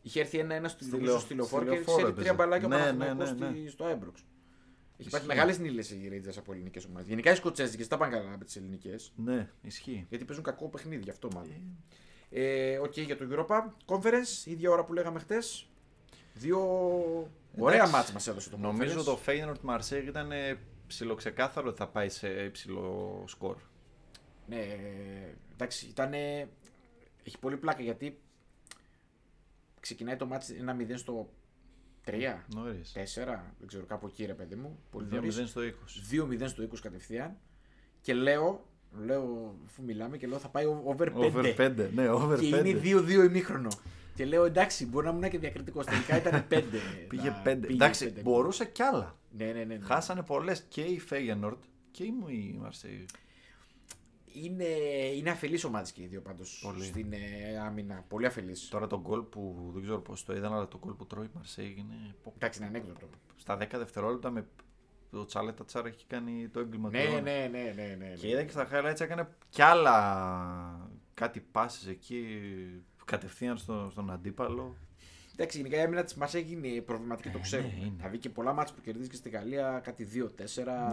S2: Είχε έρθει ένα-ένα στη,
S1: Στη
S2: νομίζω
S1: Λεω-
S2: στη λεωφόρο
S1: στη
S2: και
S1: Λεωφόρο
S2: ξέρει τρία
S1: έπαιζε.
S2: μπαλάκια ο
S1: Ναι,
S2: Παναθηναϊκός
S1: ναι, ναι,
S2: στη- στο Άιμπροξ. Έχει
S1: Ισχύει.
S2: πάρει μεγάλες νύλες οι Ρίτζε από ελληνικές ομάδες. Γενικά οι Σκοτσέζικες τα πάνε καλά με τις ελληνικές.
S1: Ναι, ισχύει.
S2: Γιατί παίζουν κακό παιχνίδι, γι' αυτό μάλλον. Ε, Οκ, για το Europa Conference, ίδια ώρα που λέγαμε χτες. Δύο ωραία
S1: Εντάξει.
S2: μάτς μας έδωσε το
S1: Νομίζω
S2: Conference.
S1: το Feyenoord Marseille ήταν ε, ψιλοξεκάθαρο ότι θα πάει σε υψηλό σκορ.
S2: Ναι, εντάξει, ήταν. Έχει πολύ πλάκα γιατί ξεκινάει το μάτς 1-0 στο 3, 4,
S1: Νωρίς.
S2: δεν ξέρω, κάπου εκεί ρε παιδί μου. Πολύ
S1: 2-0
S2: νωρίς.
S1: Ναι. στο 20.
S2: 2-0 στο 20 κατευθείαν. Και λέω, λέω, αφού μιλάμε και λέω θα πάει over 5.
S1: Over 5. Ναι, over
S2: και
S1: 5.
S2: είναι 2-2 ημίχρονο. Και λέω εντάξει, μπορεί να ήμουν και διακριτικός. Τελικά ήταν 5.
S1: Πήγε 5. Εντάξει, μπορούσε κι άλλα.
S2: Ναι, ναι, ναι. ναι.
S1: Χάσανε πολλές και η Feyenoord και η Μαρσέη.
S2: Η Είναι, είναι αφελείς ομάδες και οι δύο πάντως
S1: Πολύ.
S2: στην ε, άμυνα. Πολύ αφελείς.
S1: Τώρα τον γκολ που δεν ξέρω πώς το είδαν, αλλά το γκολ που τρώει η Μαρσέη είναι. πω, πω.
S2: Εντάξει, είναι ανέκδοτο.
S1: Στα 10 δευτερόλεπτα με το τσάλετα τσάρα έχει κάνει το έγκλημα του.
S2: Ναι,
S1: αιώνα.
S2: ναι, ναι, ναι, ναι.
S1: Και είδα και στα highlights έκανε κι άλλα κάτι πάσει εκεί κατευθείαν στο, στον αντίπαλο.
S2: Εντάξει, γενικά η άμυνα της μα έγινε προβληματική, το ξέρουμε.
S1: ναι, είναι.
S2: Δηλαδή και πολλά μάτια που κερδίζει και στη Γαλλία, κάτι 2-4,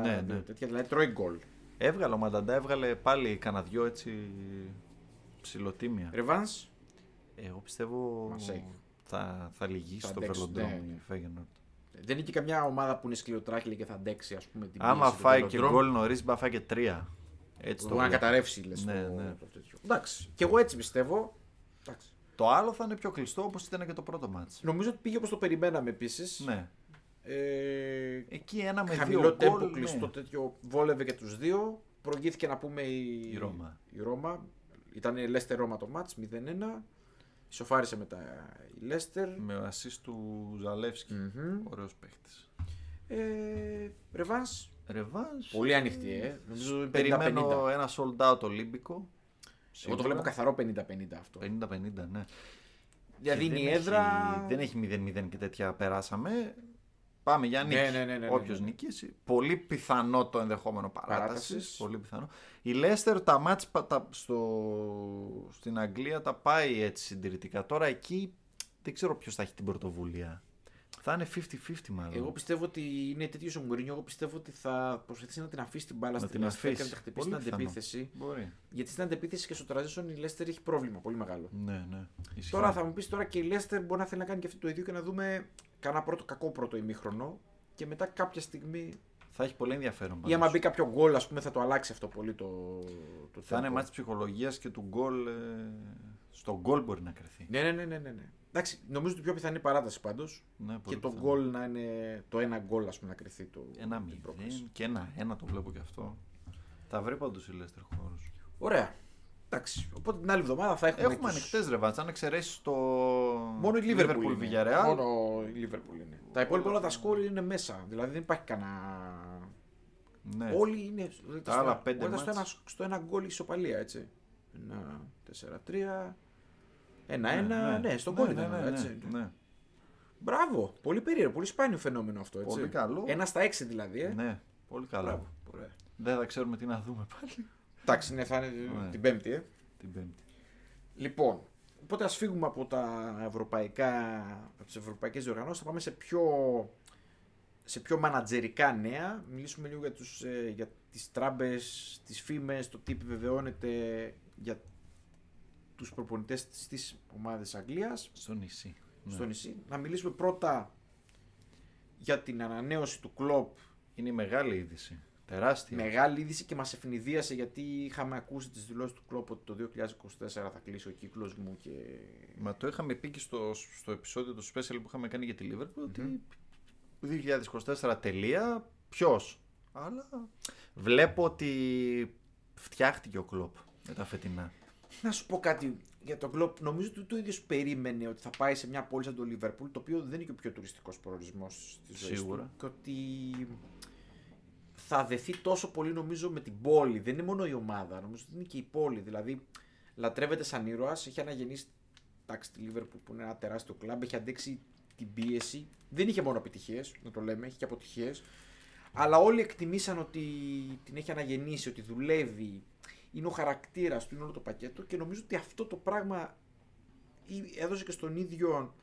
S1: Ναι,
S2: δύο
S1: ναι.
S2: τέτοια. Δηλαδή τρώει γκολ.
S1: Έβγαλε ο Μανταντά, έβγαλε πάλι κανένα δυο έτσι ψηλοτήμια.
S2: Ρεβάν.
S1: Εγώ πιστεύω
S2: Μαρσέη.
S1: θα, θα λυγίσει
S2: Θα
S1: το
S2: αντέξει, ναι,
S1: βελοντρόμι
S2: ναι.
S1: η Feyenoord.
S2: Δεν είναι και καμιά ομάδα που είναι σκληροτράχυλη και θα αντέξει, ας πούμε, την
S1: Άμα
S2: πίεση του
S1: φάει και
S2: Velodrome.
S1: γκολ νωρίς, μπα φάει και τρία. Έτσι το,
S2: Μπορεί να
S1: βλέπω.
S2: καταρρεύσει, λες,
S1: Ναι,
S2: το,
S1: ναι.
S2: το τέτοιο. Εντάξει. Και εγώ έτσι πιστεύω. Εντάξει.
S1: το άλλο θα είναι πιο κλειστό όπως ήταν και το πρώτο μάτς.
S2: Νομίζω ότι πήγε όπως το περιμέναμε επίσης.
S1: Ναι.
S2: Ε,
S1: Εκεί ένα με
S2: χαμηλό
S1: δύο
S2: τέμπο,
S1: γκολ.
S2: κλειστό
S1: Ναι.
S2: τέτοιο. Βόλευε και τους δύο. Προηγήθηκε να πούμε η,
S1: Η Ρώμα.
S2: Η Ρώμα. Ήταν Λέστερ Ρώμα το μάτς 0-1. Ισοφάρισε μετά η Λέστερ.
S1: Με ασίστ του Ζαλεύσκη.
S2: Μμμ.
S1: Ωραίος παίχτης.
S2: Ε, Ρεβάνς.
S1: Ρεβάνς.
S2: Πολύ ανοιχτή, ε. Νομίζω είναι 50-50.
S1: Περιμένω ένα sold out Ολύμπικο.
S2: Εγώ το βλέπω καθαρό 50-50 αυτό.
S1: 50-50, ναι.
S2: Δηλαδή
S1: Και
S2: είναι η
S1: δεν
S2: έδρα.
S1: έχει- δεν έχει 0-0 και τέτοια περάσαμε. Πάμε για νίκη.
S2: Ναι, ναι, ναι, ναι,
S1: Όποιος
S2: ναι, ναι.
S1: νικήσει. Πολύ πιθανό το ενδεχόμενο
S2: Παράτασης.
S1: παράτασης. Πολύ πιθανό. Η Λέστερ τα μάτς πα- τα, στο, στην Αγγλία τα πάει έτσι συντηρητικά. Τώρα εκεί δεν ξέρω ποιος θα έχει την πρωτοβουλία. Θα είναι 50-50 μάλλον.
S2: Εγώ πιστεύω ότι είναι τέτοιο ο Μουρίνιο. Εγώ πιστεύω ότι θα προσπαθήσει να την αφήσει την μπάλα
S1: Να
S2: στην
S1: την
S2: Leicester και να
S1: αφήσει.
S2: την χτυπήσει στην
S1: Πολύ πιθανό.
S2: αντεπίθεση.
S1: Μπορεί.
S2: Γιατί στην αντεπίθεση και στο transition η Leicester έχει πρόβλημα πολύ μεγάλο.
S1: Ναι, ναι. Ισχύει.
S2: Τώρα θα μου πεις τώρα και η Leicester μπορεί να θέλει να κάνει και αυτό το ίδιο και να δούμε κανένα πρώτο κακό πρώτο ημίχρονο και μετά κάποια στιγμή.
S1: θα έχει πολύ ενδιαφέρον.
S2: ή άμα
S1: πάντως.
S2: μπει κάποιο γκολ, ας πούμε, θα το αλλάξει αυτό πολύ το. το
S1: Θα είναι
S2: tempo.
S1: μάτς ψυχολογίας και του γκολ. ε, στο γκολ μπορεί να κρυθεί.
S2: Ναι, ναι, ναι, ναι, ναι, ναι. Εντάξει, νομίζω ότι η πιο πιθανή παράταση πάντως.
S1: Ναι,
S2: Και
S1: πολύ
S2: το
S1: πιθανό.
S2: γκολ να είναι. Το ένα γκολ, ας πούμε, να κρυθεί το.
S1: Ένα
S2: την πρόκληση.
S1: μηδέν και ένα ένα το βλέπω και αυτό. Τα βρει πάντως η Λέστερ χώρου.
S2: Ωραία. Εντάξει. Οπότε την άλλη εβδομάδα θα έχουμε.
S1: Έχουμε
S2: τους-
S1: ανοιχτές ρεβάτ. Αν εξαιρέσεις το.
S2: Μόνο η Λίβερπουλ. είναι.
S1: Villarreal.
S2: Μόνο η Λίβερπουλ είναι. Τα υπόλοιπα όλα τα σκόρ είναι μέσα. Δηλαδή δεν υπάρχει κανένα.
S1: Ναι.
S2: Όλοι είναι.
S1: Τα άλλα πέντε
S2: Όλα στο
S1: μάτς.
S2: ένα, στο ένα γκολ η ισοπαλία, έτσι. Ένα, τέσσερα, τρία. Ένα,
S1: Ναι,
S2: ένα. Ναι, στον γκολ
S1: ναι,
S2: ήταν
S1: ναι,
S2: όλα,
S1: ναι,
S2: έτσι.
S1: ναι.
S2: Μπράβο. Πολύ περίεργο. Πολύ σπάνιο φαινόμενο αυτό, έτσι.
S1: Πολύ καλό.
S2: Ένα στα έξι δηλαδή. Ε.
S1: Ναι, πολύ καλά.
S2: Μπράβο. Ωραία.
S1: Δεν θα ξέρουμε τι να δούμε πάλι
S2: Εντάξει, ναι, θα είναι
S1: Ναι.
S2: την Πέμπτη, ε.
S1: την Πέμπτη.
S2: Λοιπόν, οπότε ας φύγουμε από τα ευρωπαϊκά, από τις ευρωπαϊκές διοργανώσεις, θα πάμε σε πιο, σε πιο μανατζερικά νέα. Μιλήσουμε λίγο για, τους, ε, για τις τράμπες, τις φήμες, το τι επιβεβαιώνεται για τους προπονητές της ομάδας Αγγλίας
S1: Στο νησί. Ναι.
S2: στο νησί. Να μιλήσουμε πρώτα για την ανανέωση του κλόπ
S1: Είναι η μεγάλη είδηση. Τεράστια.
S2: Μεγάλη είδηση και μας ευνηδίασε γιατί είχαμε ακούσει τις δηλώσεις του Κλόπ ότι το 2024 θα κλείσει ο κύκλος μου και...
S1: Μα το είχαμε πει και στο, στο επεισόδιο του special που είχαμε κάνει για τη Liverpool ότι 2024 τελεία, ποιος. Αλλά βλέπω ότι φτιάχτηκε ο κλοπ με τα φετινά.
S2: Να σου πω κάτι για τον Κλοπ. Νομίζω ότι το ίδιος περίμενε ότι θα πάει σε μια πόλη σαν το Λίβερπουλ, το οποίο δεν είναι και ο πιο τουριστικός προορισμός της ζωής του.
S1: Σίγουρα.
S2: Και ότι θα δεθεί τόσο πολύ νομίζω με την πόλη. Δεν είναι μόνο η ομάδα, νομίζω ότι είναι και η πόλη. Δηλαδή λατρεύεται σαν ήρωας, έχει αναγεννήσει εντάξει, τη Λίβερπουλ που είναι ένα τεράστιο κλαμπ, έχει αντέξει την πίεση. Δεν είχε μόνο επιτυχίες, να το λέμε, έχει και αποτυχίες. Αλλά όλοι εκτιμήσαν ότι την έχει αναγεννήσει, ότι δουλεύει, είναι ο χαρακτήρας του, είναι όλο το πακέτο και νομίζω ότι αυτό το πράγμα ή- έδωσε και στον ίδιο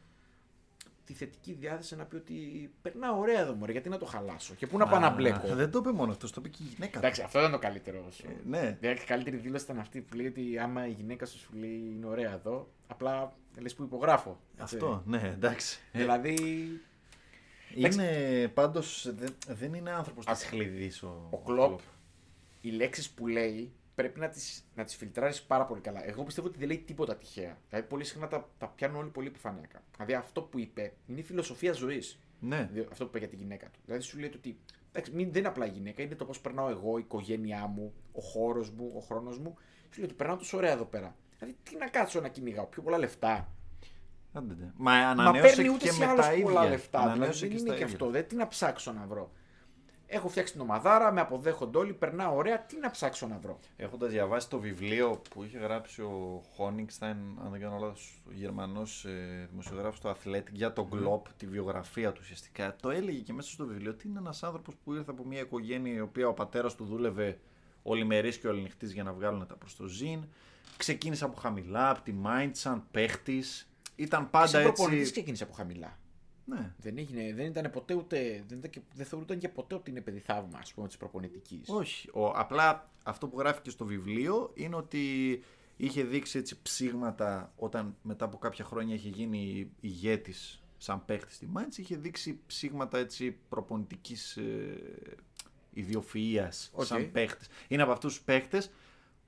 S2: τη θετική διάθεση να πει ότι περνάω ωραία εδώ μωρέ, γιατί να το χαλάσω και πού να πάω να
S1: Α,
S2: μπλέκω.
S1: Δεν το είπε μόνο αυτός, το είπε και η γυναίκα. του.
S2: Εντάξει, αυτό ήταν το καλύτερο. σου.
S1: Ε, ναι.
S2: Δηλαδή, η καλύτερη δήλωση ήταν αυτή που λέει ότι άμα η γυναίκα σου σου λέει είναι ωραία εδώ, απλά λες που υπογράφω. Έτσι.
S1: Αυτό, ναι, εντάξει.
S2: Δηλαδή,
S1: Είναι πάντω. Δεν, δεν είναι άνθρωπος
S2: Α,
S1: τη χλειδή ο,
S2: ο Κλοπ, οι λέξεις που λέει πρέπει να τις, να τις φιλτράρεις πάρα πολύ καλά. Εγώ πιστεύω ότι δεν λέει τίποτα τυχαία. Δηλαδή, πολύ συχνά τα, τα πιάνουν όλοι πολύ επιφανειακά. Δηλαδή, αυτό που είπε είναι η φιλοσοφία ζωής.
S1: Ναι.
S2: Δηλαδή, αυτό που είπε για τη γυναίκα του. Δηλαδή, σου λέει το ότι. Εντάξει, μην, δεν είναι απλά η γυναίκα, είναι το πώς περνάω εγώ, η οικογένειά μου, ο χώρος μου, ο χρόνος μου. Σου λέει ότι περνάω τόσο ωραία εδώ πέρα. Δηλαδή, τι να κάτσω να κυνηγάω, πιο πολλά λεφτά.
S1: Άντε, ναι. Μα
S2: Μα
S1: ανανέωσε
S2: παίρνει ούτε
S1: και
S2: σε
S1: με
S2: άλλους
S1: τα ίδια.
S2: πολλά λεφτά. Δηλαδή
S1: Ανανέωσε
S2: δεν
S1: και
S2: είναι
S1: στα
S2: και
S1: ίδια.
S2: αυτό. Δεν τι να ψάξω να βρω. Έχω φτιάξει την ομαδάρα, με αποδέχονται όλοι, περνάω ωραία. Τι να ψάξω να βρω.
S1: Έχοντας διαβάσει το βιβλίο που είχε γράψει ο Χόνιγκσταϊν, αν δεν κάνω λάθος, ο Γερμανός ε, δημοσιογράφος του Αθλέτ, για
S2: Ναι.
S1: τον Κλοπ, τη βιογραφία του ουσιαστικά, το έλεγε και μέσα στο βιβλίο ότι είναι ένας άνθρωπος που ήρθε από μια οικογένεια η οποία ο πατέρας του δούλευε ολημερή και ολινυχτή για να βγάλουν τα προς το ζήν. Ξεκίνησε από χαμηλά, από τη Μάιντ, σαν παίχτης. Ήταν πάντα
S2: Σαν προπονητής
S1: έτσι.
S2: ξεκίνησε από χαμηλά.
S1: Ναι.
S2: Δεν, έγινε, δεν ήταν ποτέ ούτε. Δεν, ήταν και, δεν θεωρούταν και ποτέ ότι είναι παιδί θαύμα, ας πούμε, της προπονητικής.
S1: Όχι. Ο, απλά αυτό που γράφει και στο βιβλίο είναι ότι είχε δείξει έτσι ψήγματα όταν μετά από κάποια χρόνια είχε γίνει ηγέτης σαν παίκτη στη Μάιντς, είχε δείξει ψήγματα έτσι προπονητικής ε, ιδιοφυΐας
S2: Οκ.
S1: σαν παίκτης. Είναι από αυτούς τους παίκτες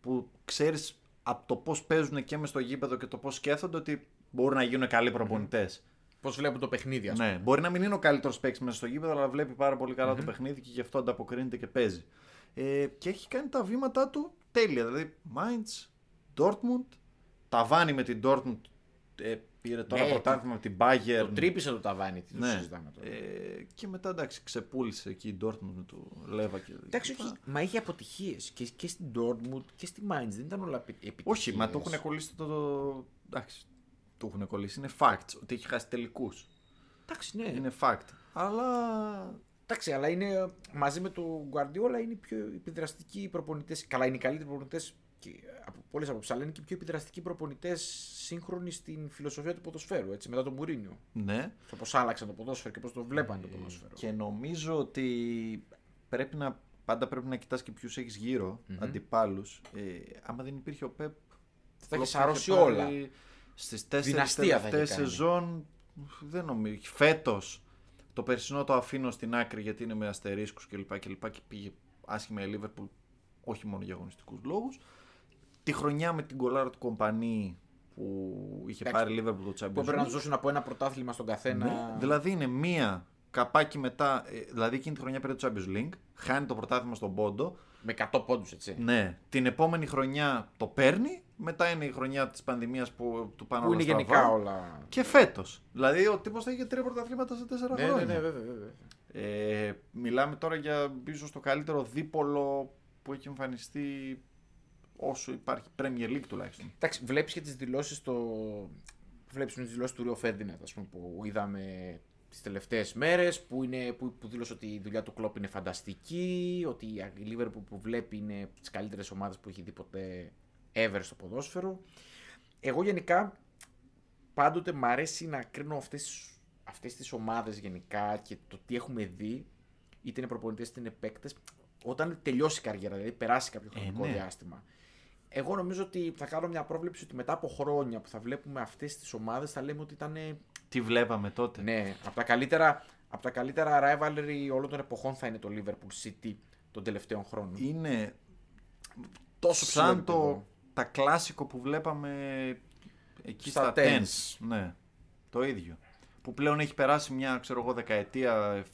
S1: που ξέρεις από το πώς παίζουν και μες στο γήπεδο και το πώς σκέφτονται ότι μπορούν να γίνουν καλοί προπονητές.
S2: Πώς βλέπουν το παιχνίδι, ας πούμε.
S1: Ναι, μπορεί να μην είναι ο καλύτερος παίκτης μέσα στο γήπεδο, αλλά βλέπει πάρα πολύ καλά το παιχνίδι και γι' αυτό ανταποκρίνεται και παίζει. Ε, και έχει κάνει τα βήματά του τέλεια. Δηλαδή, Mainz, Dortmund, ταβάνι με την Dortmund. Ε, πήρε τώρα
S2: Ναι,
S1: πρωτάθλημα από την Bayern.
S2: Το τρύπησε το ταβάνι, τι το
S1: Ναι.
S2: συζητάμε τώρα.
S1: Ε, και μετά εντάξει, ξεπούλησε εκεί η Dortmund με το Λέβα και.
S2: Εντάξει,
S1: και
S2: όχι,
S1: τα-
S2: μα είχε αποτυχίες και, και στην Dortmund και στη Mainz. Δεν ήταν όλα επι- επιτυχίες.
S1: Όχι, μα το έχουν κολλήσει το. το... Εντάξει, το έχουν κολλήσει. Είναι facts ότι έχει χάσει τελικούς.
S2: Εντάξει, ναι.
S1: Είναι fact. Αλλά
S2: Εντάξει, αλλά είναι μαζί με τον Guardiola είναι οι πιο επιδραστικοί προπονητές. Καλά, είναι οι καλύτεροι προπονητές από πολλές απόψεις, αλλά είναι και οι πιο επιδραστικοί προπονητές σύγχρονοι στην φιλοσοφία του ποδοσφαίρου. Έτσι, μετά τον Μουρίνιο.
S1: ναι.
S2: Το πώς άλλαξαν το ποδόσφαιρο και πώς το βλέπαν το ποδόσφαιρο.
S1: Και νομίζω ότι πρέπει να, πάντα πρέπει να κοιτάς και ποιους έχεις γύρω, αντιπάλους. Ε, άμα δεν υπήρχε ο Πεπ,
S2: Θα
S1: Klopp
S2: είχε σαρώσει
S1: είχε πάρει
S2: όλα.
S1: Στις τέσσερις
S2: Δυναστεία θα είχε
S1: τελευταίες
S2: κάνει.
S1: σεζόν, δεν νομίζω. Φέτος, το περσινό το αφήνω στην άκρη γιατί είναι με αστερίσκους κλπ. Και, λοιπά και πήγε άσχημα η Λίβερπουλ, όχι μόνο για αγωνιστικούς λόγους. Τη χρονιά με την κολάρα του κομπανί που είχε
S2: Εντάξει.
S1: πάρει η Λίβερπουλ το
S2: Που
S1: Champions
S2: έπρεπε να
S1: League.
S2: τους δώσουν από ένα πρωτάθλημα στον καθένα.
S1: Ναι. Δηλαδή είναι μία καπάκι μετά, ε, δηλαδή εκείνη τη χρονιά πήρε το Champions League, χάνει το πρωτάθλημα στον Πόντο.
S2: Με 100 πόντους, έτσι.
S1: Ναι, την επόμενη χρονιά το παίρνει, μετά είναι η χρονιά της πανδημίας που του πάνε
S2: Που
S1: όλα
S2: είναι
S1: στραβά.
S2: γενικά όλα.
S1: Και φέτος. Δηλαδή ο τύπος θα είχε τρία πρωταθλήματα σε τέσσερα
S2: Ναι, ναι,
S1: χρόνια.
S2: ναι, βέβαια, βέβαια.
S1: Ε, μιλάμε τώρα για ίσως το καλύτερο δίπολο που έχει εμφανιστεί όσο υπάρχει Premier League τουλάχιστον.
S2: Εντάξει, βλέπεις και τις δηλώσεις στο... βλέπεις τις δηλώσεις του Ρίο Φέντινετ, ας πούμε, που είδαμε τις τελευταίες μέρες, που, είναι, που, που δήλωσε ότι η δουλειά του Κλόπ είναι φανταστική, ότι η Liverpool που βλέπει είναι από τις καλύτερες ομάδες που έχει δει ποτέ ever στο ποδόσφαιρο. Εγώ γενικά πάντοτε μ' αρέσει να κρίνω αυτές, αυτές τις ομάδες γενικά και το τι έχουμε δει, είτε είναι προπονητές είτε είναι παίκτες, όταν τελειώσει η καριέρα, δηλαδή περάσει κάποιο χρονικό
S1: ναι.
S2: διάστημα. Εγώ νομίζω ότι θα κάνω μια πρόβλεψη ότι μετά από χρόνια που θα βλέπουμε αυτές τις ομάδες θα λέμε ότι ήταν ε,
S1: Τι βλέπαμε τότε.
S2: ναι, από τα καλύτερα, από τα καλύτερα rivalry όλων των εποχών θα είναι το Liverpool City των τελευταίων χρόνων.
S1: Είναι
S2: Τόσο ψηλό
S1: σαν
S2: επίπεδο.
S1: το τα κλασικό που βλέπαμε εκεί
S2: Στα
S1: στα,
S2: tens.
S1: tens. Ναι, το ίδιο. Που πλέον έχει περάσει μια, ξέρω εγώ, δεκαετία,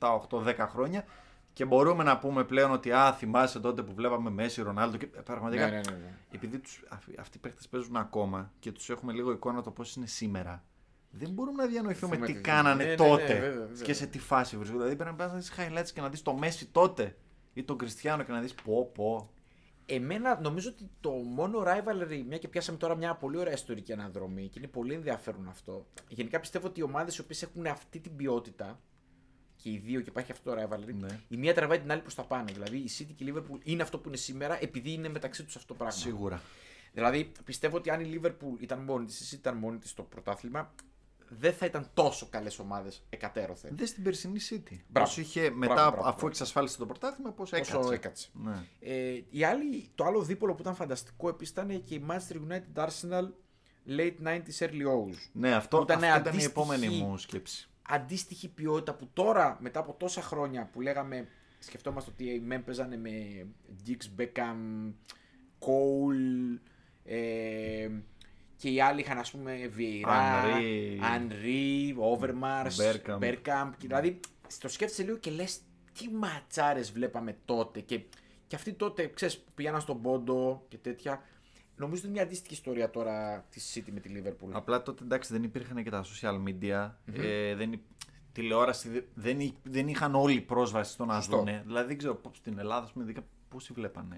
S1: 7, 8, 10 χρόνια και μπορούμε να πούμε πλέον ότι α, θυμάσαι τότε που βλέπαμε Μέση, Ρονάλντο και ε, πραγματικά.
S2: Ναι, ναι, ναι, ναι.
S1: Επειδή τους, αυ- αυτοί οι παίχτες παίζουν ακόμα και τους έχουμε λίγο εικόνα το πώς είναι σήμερα, δεν μπορούμε να διανοηθούμε
S2: Θυμάται
S1: τι
S2: τι-
S1: κάνανε
S2: ναι, ναι,
S1: τότε
S2: ναι, βέβαια, βέβαια.
S1: και σε τι φάση βρίσκονται. Δηλαδή πρέπει να πας να δεις highlights και να δεις το Μέση τότε ή τον Κριστιανό και να δεις πω πω.
S2: Εμένα νομίζω ότι το μόνο rivalry, μια και πιάσαμε τώρα μια πολύ ωραία ιστορική αναδρομή και είναι πολύ ενδιαφέρον αυτό. Γενικά πιστεύω ότι οι ομάδες οι οποίες έχουν αυτή την ποιότητα και οι δύο και υπάρχει αυτό το rivalry,
S1: Ναι.
S2: η μία τραβάει την άλλη προς τα πάνω. Δηλαδή η City και η Liverpool είναι αυτό που είναι σήμερα επειδή είναι μεταξύ τους αυτό το πράγμα.
S1: Σίγουρα.
S2: Δηλαδή πιστεύω ότι αν η Liverpool ήταν μόνη της, η City ήταν μόνη της στο πρωτάθλημα, δεν θα ήταν τόσο καλές ομάδες εκατέρωθεν.
S1: Δε στην περσινή City.
S2: Μπράβο.
S1: Πώς είχε μετά,
S2: Μπράβο, μπράβο,
S1: αφού
S2: μπράβο.
S1: εξασφάλισε το πρωτάθλημα, πώς
S2: Όσο
S1: έκατσε.
S2: έκατσε.
S1: Ναι.
S2: Ε, η άλλη, το άλλο δίπολο που ήταν φανταστικό επίσης ήταν και η Manchester United Arsenal late 90s early O's.
S1: ναι, αυτό,
S2: Που
S1: αυτή
S2: ήταν
S1: ήταν η
S2: αντίστοιχη.
S1: επόμενη μου σκέψη.
S2: Αντίστοιχη ποιότητα που τώρα μετά από τόσα χρόνια που λέγαμε, σκεφτόμαστε ότι ε, οι Μεν παίζανε με Diggs, Beckham, Cole ε, και οι άλλοι είχαν ας πούμε Βιερά,
S1: Henry.
S2: Ανρί, Overmars,
S1: Bergkamp.
S2: Bergkamp. Και Δηλαδή το σκέφτεσαι λίγο και λες τι ματσάρες βλέπαμε τότε και, και αυτοί τότε ξέρεις πηγαίναν στον πόντο και τέτοια. Νομίζω ότι είναι μια αντίστοιχη ιστορία τώρα της City με τη Liverpool.
S1: Απλά τότε εντάξει δεν υπήρχαν και τα social media. ε, δεν, υ- τηλεόραση δε- δεν, εί- δεν είχαν όλοι πρόσβαση στο να
S2: Σωστό.
S1: δουνε. Δηλαδή δεν ξέρω πώς στην Ελλάδα, ας πούμε, ειδικά πόσοι βλέπανε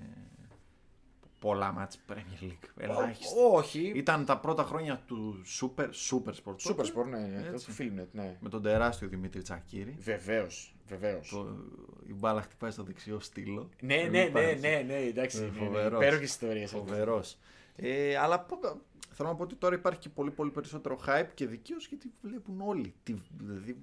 S1: πολλά μάτς Premier League. Ελάχιστα.
S2: Ό, Όχι.
S1: Ήταν τα πρώτα χρόνια του Super, Super Sport. τότε,
S2: Σούπερ σπορ, ναι, ναι,
S1: Έτσι.
S2: το Filmnet, ναι.
S1: Με τον τεράστιο Δημήτρη Τσακύρη.
S2: Βεβαίως, βεβαίως.
S1: Το, η μπάλα χτυπάει στο δεξιό στήλο.
S2: Ναι,
S1: Δεν
S2: ναι, ναι,
S1: υπάρχει.
S2: ναι, ναι, εντάξει.
S1: Ε,
S2: ναι, ναι,
S1: φοβερός.
S2: Υπέροχες ιστορίες.
S1: Φοβερός. Ε, αλλά πο- θέλω να πω ότι τώρα υπάρχει και πολύ, πολύ περισσότερο hype και δικαίως γιατί βλέπουν όλοι. Τι, δηλαδή,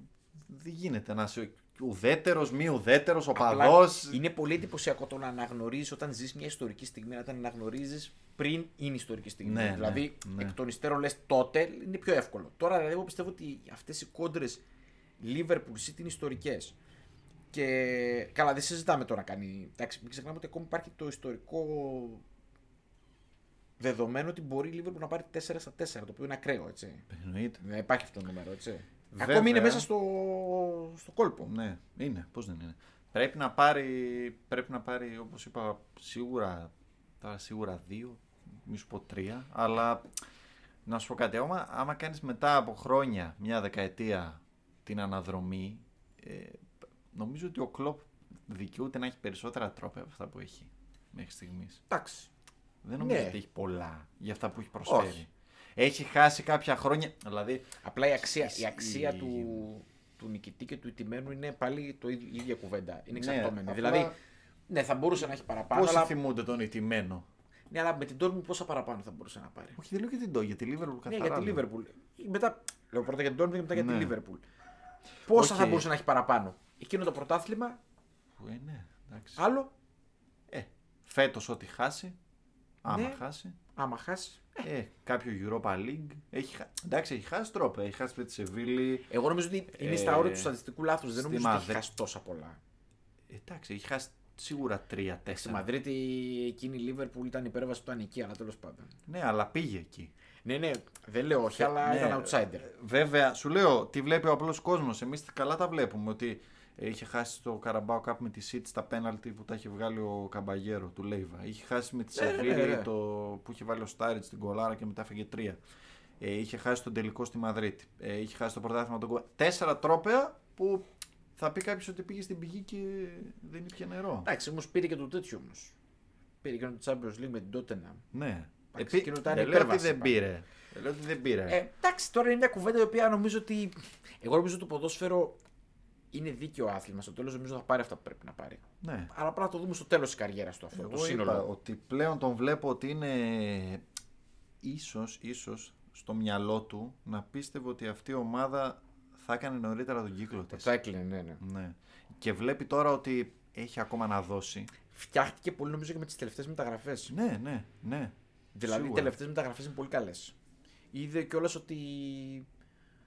S1: δεν γίνεται να είσαι ουδέτερος, μη ουδέτερος,
S2: Απλά
S1: οπαδό.
S2: Είναι πολύ εντυπωσιακό το να αναγνωρίζεις όταν ζεις μια ιστορική στιγμή, όταν αναγνωρίζεις πριν είναι η ιστορική στιγμή.
S1: Ναι, ναι,
S2: δηλαδή,
S1: ναι.
S2: εκ των υστέρων λες τότε, είναι πιο εύκολο. Τώρα, δηλαδή, εγώ πιστεύω ότι αυτές οι κόντρες Liverpool City είναι ιστορικές. Και καλά, δεν συζητάμε τώρα κάνει. Εντάξει, μην ξεχνάμε ότι ακόμη υπάρχει το ιστορικό δεδομένο ότι μπορεί η Liverpool να πάρει 4 στα 4, το οποίο είναι ακραίο, έτσι.
S1: Εννοείται.
S2: Ναι, υπάρχει αυτό το νούμερο, έτσι.
S1: Βέβαια.
S2: Ακόμη είναι μέσα στο, στο κόλπο.
S1: Ναι, είναι. Πώς δεν είναι. Πρέπει να πάρει, πρέπει να πάρει όπως είπα, σίγουρα, τώρα σίγουρα δύο, μη σου πω τρία. Αλλά να σου πω κάτι. Άμα, άμα κάνεις μετά από χρόνια, μια δεκαετία την αναδρομή, ε, νομίζω ότι ο Κλοπ δικαιούται να έχει περισσότερα τρόπια από αυτά που έχει μέχρι στιγμής.
S2: Εντάξει.
S1: Δεν νομίζω
S2: Ναι.
S1: ότι έχει πολλά για αυτά που έχει προσφέρει.
S2: Όχι.
S1: Έχει χάσει κάποια χρόνια. Δηλαδή,
S2: Απλά η αξία, η
S1: Ισχύει.
S2: αξία του, του νικητή και του ηττημένου είναι πάλι το ίδιο, η ίδια κουβέντα. Είναι
S1: Ναι,
S2: εξαρτώμενη.
S1: απλά-
S2: Δηλαδή, ναι, θα μπορούσε να έχει παραπάνω,
S1: πόσοι
S2: αλλά,
S1: θυμούνται τον ηττημένο.
S2: ναι, αλλά με την Dortmund πόσα παραπάνω θα μπορούσε να πάρει.
S1: Όχι, δεν λέω για την Ντό, για τη Λίβερπουλ
S2: Ναι,
S1: καθαρά.
S2: για τη
S1: λέω.
S2: Λίβερπουλ. Μετά, λέω πρώτα για την Dortmund και μετά για τη
S1: Ναι.
S2: Λίβερπουλ. Πόσα θα
S1: Οκ.
S2: μπορούσε να έχει παραπάνω. Εκείνο το πρωτάθλημα,
S1: Που, Ε, ναι, εντάξει.
S2: άλλο,
S1: Ε, φέτος ό,τι χάσει, άμα
S2: Ναι.
S1: χάσει,
S2: άμα χάσει.
S1: ε, κάποιο Europa League. Έχει, χα- εντάξει, έχει χάσει τρόπο. Έχει χάσει με τη Σεβίλη.
S2: Εγώ νομίζω ότι είναι
S1: Ε,
S2: στα όρια του στατιστικού λάθους. Δεν
S1: στη
S2: νομίζω ότι έχει
S1: Μαδρίτη.
S2: χάσει τόσα πολλά.
S1: Ε, εντάξει, έχει χάσει σίγουρα
S2: Στη
S1: τρία-τέσσερα.
S2: Μαδρίτη εκείνη η Λίβερπουλ ήταν υπέρβαση που ήταν εκεί, αλλά τέλος πάντων.
S1: Ναι, αλλά πήγε εκεί.
S2: Ναι, ναι, δεν λέω όχι, αλλά
S1: ναι.
S2: ήταν outsider.
S1: Ε, Βέβαια, σου λέω, τι βλέπει ο απλός κόσμος. Εμείς καλά τα βλέπουμε. Ότι ε, είχε χάσει το Καραμπάο Cup με τη City στα πέναλτι που τα είχε βγάλει ο Καμπαγέρο του Λέιβα. Είχε χάσει με τη
S2: Ναι, ναι,
S1: Σεβίλη
S2: ναι, ναι.
S1: το που είχε βάλει ο Στάριτ στην κολάρα και μετά φεγε τρία. Ε, είχε χάσει τον τελικό στη Μαδρίτη. Ε, είχε χάσει το πρωτάθλημα τον Κο- Τέσσερα τρόπαια που θα πει κάποιος ότι πήγε στην πηγή και δεν ήπια νερό.
S2: Εντάξει, όμως πήρε και το τέτοιο όμως. Πήρε και το Champions League με την Tottenham.
S1: Ναι.
S2: Εντάξει,
S1: Επί-
S2: εκείνο ήταν
S1: δεν λέω ότι
S2: υπέρβαση,
S1: δεν
S2: πάλι.
S1: πήρε. Δεν λέω ότι δεν πήρε.
S2: Ε, εντάξει, τώρα είναι μια κουβέντα η οποία νομίζω ότι. Εγώ νομίζω ότι το ποδόσφαιρο είναι δίκαιο άθλημα. Στο τέλος νομίζω θα πάρει αυτά που πρέπει να πάρει.
S1: ναι.
S2: Αλλά πρέπει να το δούμε στο τέλος της καριέρας του αυτό. το
S1: Εγώ
S2: σύνολο.
S1: είπα ότι πλέον τον βλέπω ότι είναι ίσως, ίσως στο μυαλό του να πίστευε ότι αυτή η ομάδα θα έκανε νωρίτερα τον κύκλο
S2: Το
S1: της.
S2: τσάκλινε, ναι, ναι.
S1: Ναι. Και βλέπει τώρα ότι έχει ακόμα να δώσει.
S2: Φτιάχτηκε πολύ νομίζω και με τις τελευταίες μεταγραφές.
S1: Ναι, ναι, ναι.
S2: δηλαδή οι
S1: Σίγουρα.
S2: τελευταίες μεταγραφές είναι πολύ καλές. Είδε κιόλας ότι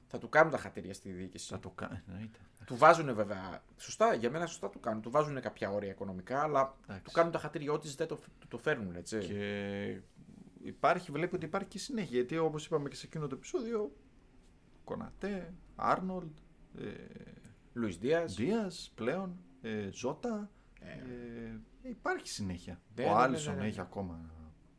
S2: θα του κάνουν τα χατήρια στη διοίκηση.
S1: Θα το κάνει, εννοείται.
S2: Του βάζουν βέβαια. Σωστά, για μένα σωστά του κάνουν. Του βάζουν κάποια όρια οικονομικά, αλλά
S1: Εντάξει.
S2: του κάνουν τα χατήρια ό,τι ζητάει το, το φέρνουν, έτσι.
S1: Και υπάρχει, βλέπει ότι υπάρχει και συνέχεια. Γιατί όπως είπαμε και σε εκείνο το επεισόδιο, Κονατέ, Άρνολντ, ε,
S2: Λουίς Δίας.
S1: Δίας πλέον, ε, Ζώτα.
S2: Ε.
S1: ε, υπάρχει συνέχεια.
S2: Ναι, ναι,
S1: ο
S2: ναι,
S1: Άλισον
S2: ναι, ναι.
S1: έχει ακόμα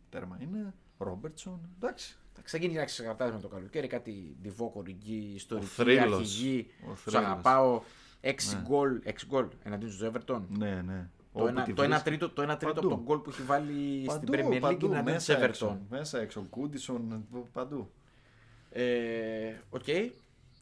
S1: τέρμα. Είναι. Ρόμπερτσον. Εντάξει.
S2: Θα ξεκινήσει να ξεγρατάει με το καλοκαίρι κάτι διβόκο, ριγκή, ιστορική,
S1: θρύλος.
S2: αρχηγή.
S1: Ο
S2: Τους
S1: θρύλος.
S2: αγαπάω. 6 γκολ, 6 γκολ εναντίον τους Everton.
S1: Ναι, ναι.
S2: Το ένα, το, ένα τρίτο, το ένα τρίτο από
S1: Παντού.
S2: τον γκολ που έχει βάλει στην Premier League είναι εναντίον τους Everton.
S1: έξω. Μέσα έξω. Κούντισον. Παντού.
S2: Ε, Οκ.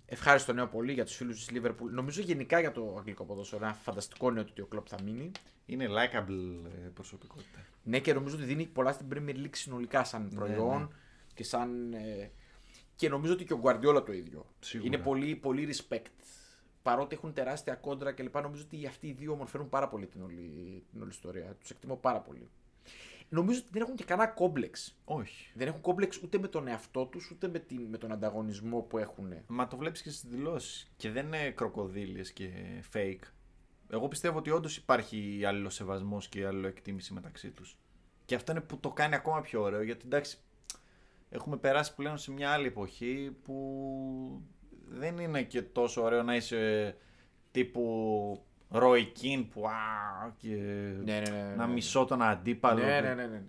S2: Ευχάριστο νέο πολύ για τους φίλους της Liverpool. Νομίζω γενικά για το αγγλικό ποδόσφαιρο. Ένα φανταστικό νέο ότι ο Κλοπ θα μείνει.
S1: Είναι likable ε, προσωπικότητα.
S2: Ναι, και νομίζω ότι δίνει πολλά στην Premier League συνολικά σαν προϊόν
S1: ναι.
S2: και σαν. ε, και νομίζω ότι και ο Guardiola το ίδιο.
S1: Σίγουρα.
S2: Είναι πολύ, πολύ respect. Παρότι έχουν τεράστια κόντρα κλπ. Νομίζω ότι αυτοί οι δύο ομορφαίνουν πάρα πολύ την όλη, την όλη ιστορία. Τους εκτιμώ πάρα πολύ. Νομίζω ότι δεν έχουν και κανένα κόμπλεξ.
S1: Όχι.
S2: Δεν έχουν κόμπλεξ ούτε με τον εαυτό τους, ούτε με, την, με τον ανταγωνισμό που έχουν.
S1: Μα το βλέπεις και στις δηλώσεις. Και δεν είναι κροκοδίλες και fake. Εγώ πιστεύω ότι όντως υπάρχει αλληλοσεβασμός και αλληλοεκτίμηση μεταξύ τους. Και αυτό είναι που το κάνει ακόμα πιο ωραίο. Γιατί εντάξει, έχουμε περάσει πλέον σε μια άλλη εποχή που δεν είναι και τόσο ωραίο να είσαι τύπου ροϊκίν που α, και
S2: Ναι, ναι, ναι, ναι,
S1: να
S2: ναι.
S1: μισώ τον αντίπαλο.
S2: Ναι, ναι, ναι. ναι, ναι.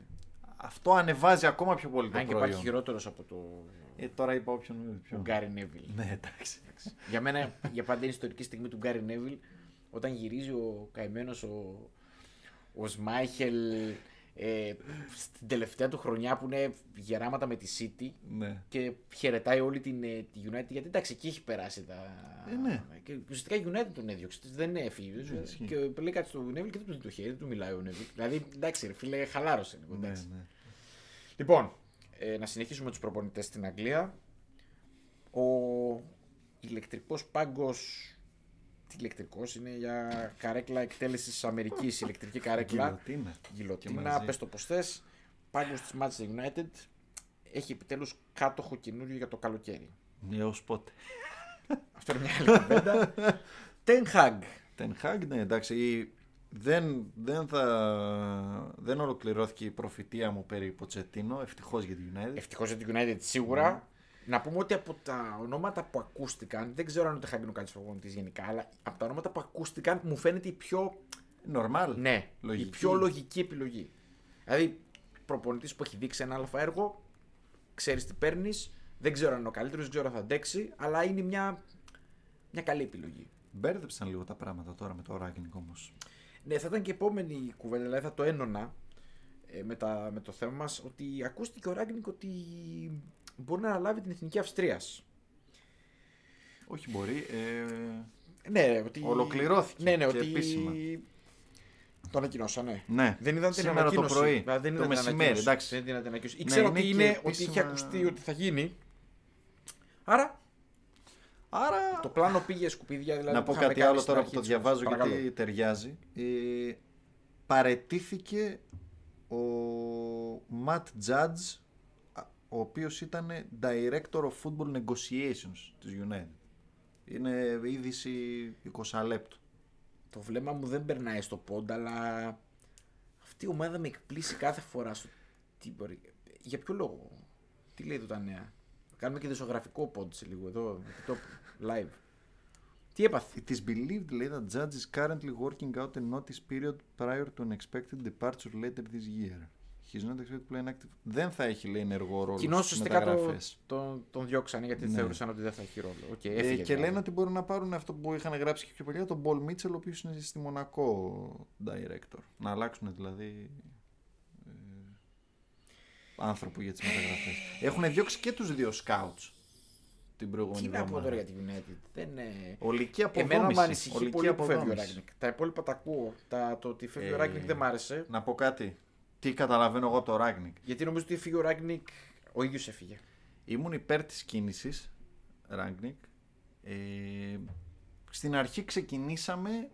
S1: Αυτό ανεβάζει ακόμα πιο πολύ το
S2: Αν και
S1: προϊόν.
S2: υπάρχει χειρότερος από το.
S1: Ε, τώρα είπα όποιον.
S2: Ο
S1: ποιον.
S2: Γκάρι Νέβιλ.
S1: Ναι, εντάξει. εντάξει.
S2: Για μένα, για πάντα είναι ιστορική στιγμή του Γκάρι Νέβιλ, όταν γυρίζει ο καημένος ο, ο Σμάιχελ ε, στην τελευταία του χρονιά που είναι γεράματα με τη City
S1: ναι.
S2: και χαιρετάει όλη την, ε, τη United. Γιατί εντάξει, εκεί έχει περάσει τα.
S1: Ε, ναι.
S2: Και ουσιαστικά η United τον έδιωξε. Δεν έφυγε.
S1: Ναι, ισχύει.
S2: και λέει κάτι στο Νέβιλ και δεν του δίνει το χέρι, δεν του μιλάει ο Νέβιλ. Δηλαδή, εντάξει, ρε φίλε, χαλάρωσε λίγο.
S1: ναι,
S2: εντάξει.
S1: ναι.
S2: Λοιπόν, ε, να συνεχίσουμε τους προπονητές στην Αγγλία. Ο ηλεκτρικός πάγκος... Τι ηλεκτρικός είναι για καρέκλα εκτέλεσης της Αμερικής, ηλεκτρική καρέκλα.
S1: Γιλοτίνα. Και
S2: Γιλωτίνα,
S1: μαζί.
S2: πες το πως θες. Πάγκος της Manchester United έχει επιτέλους κάτοχο καινούριο για το καλοκαίρι.
S1: Έως Ναι, πότε.
S2: Αυτό είναι μια άλλη κουβέντα. Ten Hag.
S1: Ten Hag, ναι, εντάξει. Δεν, δεν, θα, δεν ολοκληρώθηκε η προφητεία μου περί Ποτσετίνο, ευτυχώς για τη United.
S2: Ευτυχώς για την United σίγουρα. Να πούμε ότι από τα ονόματα που ακούστηκαν, δεν ξέρω αν ούτε Hag είναι ο καλύτερος προπονητής γενικά, αλλά από τα ονόματα που ακούστηκαν μου φαίνεται η πιο
S1: Νορμάλ.
S2: Ναι,
S1: Λογική.
S2: η πιο λογική επιλογή. Δηλαδή, προπονητής που έχει δείξει ένα αλφα έργο, ξέρεις τι παίρνεις, δεν ξέρω αν είναι ο καλύτερος, δεν ξέρω αν θα αντέξει, αλλά είναι μια, μια καλή επιλογή.
S1: Μπέρδεψαν λίγο τα πράγματα τώρα με το Ράγκινγκ όμως.
S2: Ναι, θα ήταν και η επόμενη η κουβέντα, δηλαδή θα το ένονα ε, με, τα, με το θέμα μας ότι ακούστηκε ο Ράγκνικ ότι μπορεί να αναλάβει την εθνική Αυστρίας.
S1: Όχι, μπορεί. Ε,
S2: Ναι, ότι.
S1: Ολοκληρώθηκε
S2: Ναι, ναι,
S1: και
S2: ότι.
S1: επίσημα.
S2: Το ανακοίνωσα, ναι.
S1: ναι.
S2: Δεν είδαν την
S1: Σήμερα
S2: ανακοίνωση.
S1: το πρωί.
S2: Δηλαδή, δεν
S1: το
S2: είδαν την
S1: μεσημέρι,
S2: ανακοίνωση.
S1: εντάξει. Ναι,
S2: Δεν είδαν την ανακοίνωση. Ήξερα
S1: είναι
S2: ότι,
S1: και
S2: είναι, ότι
S1: επίσημα-
S2: είχε ακουστεί ότι θα γίνει. Άρα
S1: Άρα.
S2: το πλάνο πήγε σκουπίδια. Δηλαδή,
S1: να
S2: που
S1: πω
S2: είχαμε
S1: κάτι
S2: κάνει
S1: άλλο
S2: στην
S1: τώρα που
S2: αρχή
S1: το
S2: της
S1: διαβάζω
S2: παρακαλώ.
S1: γιατί ταιριάζει. Ε, παρετήθηκε ο Ματ Judge, α, ο οποίος ήταν Director of Football Negotiations της United. Είναι είδηση 20 λεπτό.
S2: Το βλέμμα μου δεν περνάει στο πόντα, αλλά αυτή η ομάδα με εκπλήσει κάθε φορά. Στο... Τι μπορεί... Για ποιο λόγο, τι λέει εδώ τα νέα. Κάνουμε και δισογραφικό πόντι σε λίγο εδώ, το live. Τι έπαθε.
S1: It is believed, λέει, that Judge is currently working out a notice period prior to an expected departure later this year. He is not expected to play an active... Δεν θα έχει, λέει, ενεργό ρόλο
S2: Κοινώ
S1: στις
S2: ουσιαστικά το,
S1: μεταγραφές.
S2: τον, τον διώξανε γιατί
S1: Ναι.
S2: θεωρούσαν ότι δεν θα έχει ρόλο. Οκ,
S1: Ε,
S2: έφυγε
S1: και
S2: δηλαδή.
S1: λένε ότι μπορούν να πάρουν αυτό που είχαν γράψει και πιο παλιά, τον Πολ Μίτσελ, ο οποίος είναι στη Μονακό director. Να αλλάξουν δηλαδή. ε, άνθρωπο για τις μεταγραφές. Έχουν διώξει και τους δύο scouts την
S2: Τι
S1: προηγούμενη
S2: να πω τώρα για
S1: εβδομάδα.
S2: την United. Δεν, ε,
S1: Ολική αποδόμηση.
S2: Εμένα με ανησυχεί
S1: ολική
S2: πολύ που φεύγει ο
S1: αποδόμηση.
S2: Ράγκνικ. Τα υπόλοιπα τα ακούω. Τα, το ότι φεύγει ο
S1: Ε,
S2: Ράγκνικ δεν μ' άρεσε.
S1: Να πω κάτι. Τι καταλαβαίνω εγώ από το Ράγκνικ.
S2: Γιατί νομίζω ότι φύγει ο Ράγκνικ, ο ίδιος έφυγε.
S1: Ήμουν υπέρ της κίνησης, Ράγκνικ. Ε, στην αρχή ξεκινήσαμε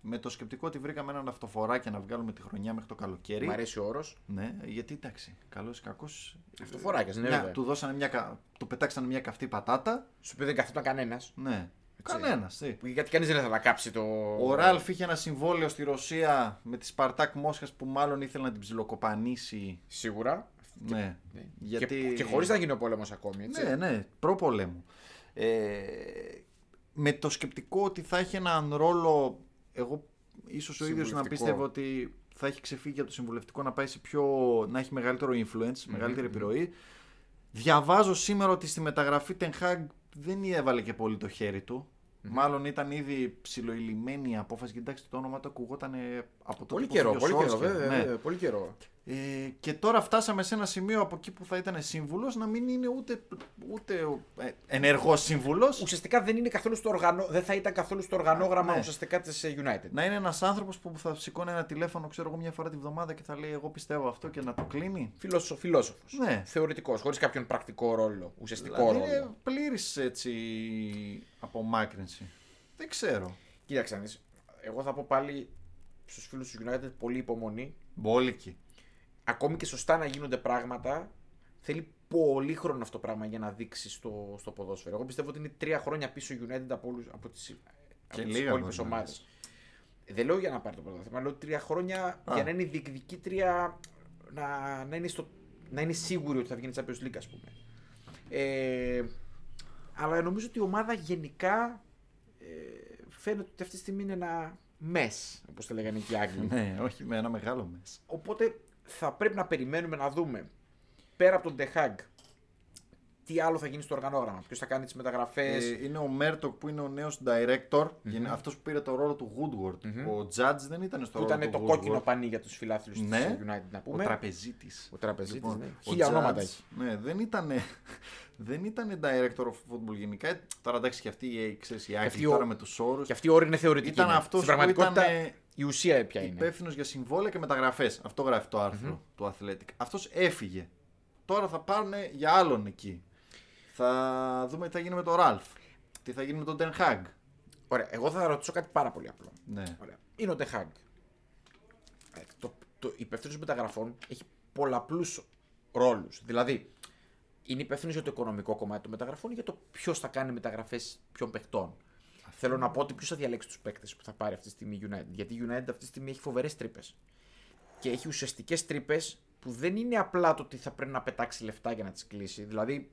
S1: με το σκεπτικό ότι βρήκαμε έναν αυτοφοράκι να βγάλουμε τη χρονιά μέχρι το καλοκαίρι.
S2: Μ' αρέσει ο όρος.
S1: Ναι, γιατί εντάξει, καλός ή κακός.
S2: Αυτοφοράκιας, ναι,
S1: μια-
S2: βέβαια.
S1: του, δώσανε μια, κα- του πετάξανε μια καυτή πατάτα.
S2: Στο οποίο δεν καθόταν κανένας.
S1: Ναι, κανένας. τι.
S2: Γιατί κανείς δεν θα τα κάψει το.
S1: Ο Ραλφ είχε ένα συμβόλαιο στη Ρωσία με τη Σπαρτάκ Μόσχας που μάλλον ήθελε να την ψιλοκοπανίσει.
S2: Σίγουρα.
S1: Ναι,
S2: Ναι.
S1: γιατί...
S2: Και, και χωρίς να γίνει ο πόλεμος ακόμη. Έτσι.
S1: Ναι, ναι, προπολέμου. Ε, με το σκεπτικό ότι θα έχει έναν ρόλο, εγώ ίσως ο ίδιος να
S2: Συμβουλευτικό.
S1: πίστευε ότι θα έχει ξεφύγει από το συμβουλευτικό να πάει σε πιο, να έχει μεγαλύτερο influence, μεγαλύτερη επιρροή. Διαβάζω σήμερα ότι στη μεταγραφή Ten Hag δεν έβαλε και πολύ το χέρι του. Μάλλον ήταν ήδη ψηλοηλημένη η απόφαση. Κοιτάξτε, το όνομα του ακουγόταν από το
S2: Πολύ καιρό, πολύ καιρό, βέβαια.
S1: ναι.
S2: βέβαια, Πολύ καιρό.
S1: Ε, και τώρα φτάσαμε σε ένα σημείο από εκεί που θα ήταν σύμβουλος να μην είναι ούτε, ούτε ε, ενεργός σύμβουλος.
S2: Ουσιαστικά δεν, είναι καθόλου στο οργανώ... δεν θα ήταν καθόλου στο οργανόγραμμα
S1: Ναι.
S2: ουσιαστικά της United.
S1: Να είναι ένας άνθρωπος που θα σηκώνει ένα τηλέφωνο, ξέρω εγώ, μια φορά τη βδομάδα και θα λέει: Εγώ πιστεύω αυτό και να το κλείνει.
S2: Φιλόσοφο. Φιλόσοφος.
S1: Ναι.
S2: Θεωρητικός, χωρίς κάποιον πρακτικό ρόλο. Ουσιαστικό
S1: Δηλαδή
S2: ρόλο.
S1: είναι πλήρης έτσι απομάκρυνση. Δεν ξέρω.
S2: Κοίταξε να δεις. Εγώ θα πω πάλι στους φίλους του United πολύ υπομονή.
S1: Μπόλικη.
S2: Ακόμη και σωστά να γίνονται πράγματα, θέλει πολύ χρόνο αυτό το πράγμα για να δείξει στο, στο ποδόσφαιρο. Εγώ πιστεύω ότι είναι τρία χρόνια πίσω η United από, όλους, από τις, από τις
S1: λίγα
S2: υπόλοιπες
S1: μπορεί να
S2: ομάδες. Δεν λέω για να πάρει το πρωτάθλημα, λέω τρία χρόνια
S1: Α.
S2: για να είναι διεκδικήτρια, να, να, είναι στο, να είναι σίγουρη ότι θα βγει η Champions League, ας πούμε. Ε, αλλά νομίζω ότι η ομάδα γενικά ε, φαίνεται ότι αυτή τη στιγμή είναι ένα μες, όπως τα λέγανε και οι Άγγλοι.
S1: Ναι, όχι με ένα μεγάλο μέσα.
S2: Οπότε θα πρέπει να περιμένουμε να δούμε πέρα από τον Τεχάγκ τι άλλο θα γίνει στο οργανόγραμμα. Ποιος θα κάνει τις μεταγραφές.
S1: Ε, είναι ο Μέρτοκ που είναι ο νέος director. Αυτός που πήρε το ρόλο του Woodward. Ο Judge δεν ήταν στο
S2: που
S1: ρόλο
S2: ήταν
S1: του
S2: το
S1: Woodward.
S2: κόκκινο πανί για τους φιλάθλους
S1: Ναι,
S2: τη United να
S1: ο
S2: πούμε.
S1: τραπεζίτης.
S2: Ο τραπεζίτης, ναι.
S1: Λοιπόν, ο
S2: Χίλια ονόματα
S1: Judge,
S2: έχει.
S1: Ναι, δεν ήταν, δεν ήτανε director of football γενικά. Ε, Τώρα εντάξει και αυτή η, ξέρεις, η
S2: αυτή
S1: άκρη
S2: ο-
S1: τώρα με τους όρους.
S2: Και αυτή η όρη είναι θεωρητική.
S1: Ήταν
S2: ναι.
S1: αυτός
S2: Στην
S1: που
S2: πραγματικότητα
S1: ήταν, ε,
S2: η ουσία πια είναι.
S1: Υπεύθυνος για συμβόλαια και μεταγραφές. Αυτό γράφει το άρθρο του Athletic. Αυτός έφυγε. Τώρα θα πάρουν για άλλον εκεί. Θα δούμε τι θα γίνει με τον Ραλφ. Τι θα γίνει με τον Ten Hag.
S2: Ωραία, εγώ θα ρωτήσω κάτι πάρα πολύ απλό.
S1: Ναι.
S2: Ωραία. Είναι ο Τεχάγκ. Το, το υπεύθυνος μεταγραφών έχει πολλαπλούς ρόλους. Δηλαδή, είναι υπεύθυνος για το οικονομικό κομμάτι των μεταγραφών ή για το ποιος θα κάνει μεταγραφές ποιων παιχτών. Θέλω να πω ότι ποιος θα διαλέξει τους παίκτες που θα πάρει αυτή τη στιγμή η United. Γιατί η United αυτή τη στιγμή έχει φοβερές τρύπες. Και έχει ουσιαστικές τρύπες που δεν είναι απλά το ότι θα πρέπει να πετάξει λεφτά για να τις κλείσει. Δηλαδή,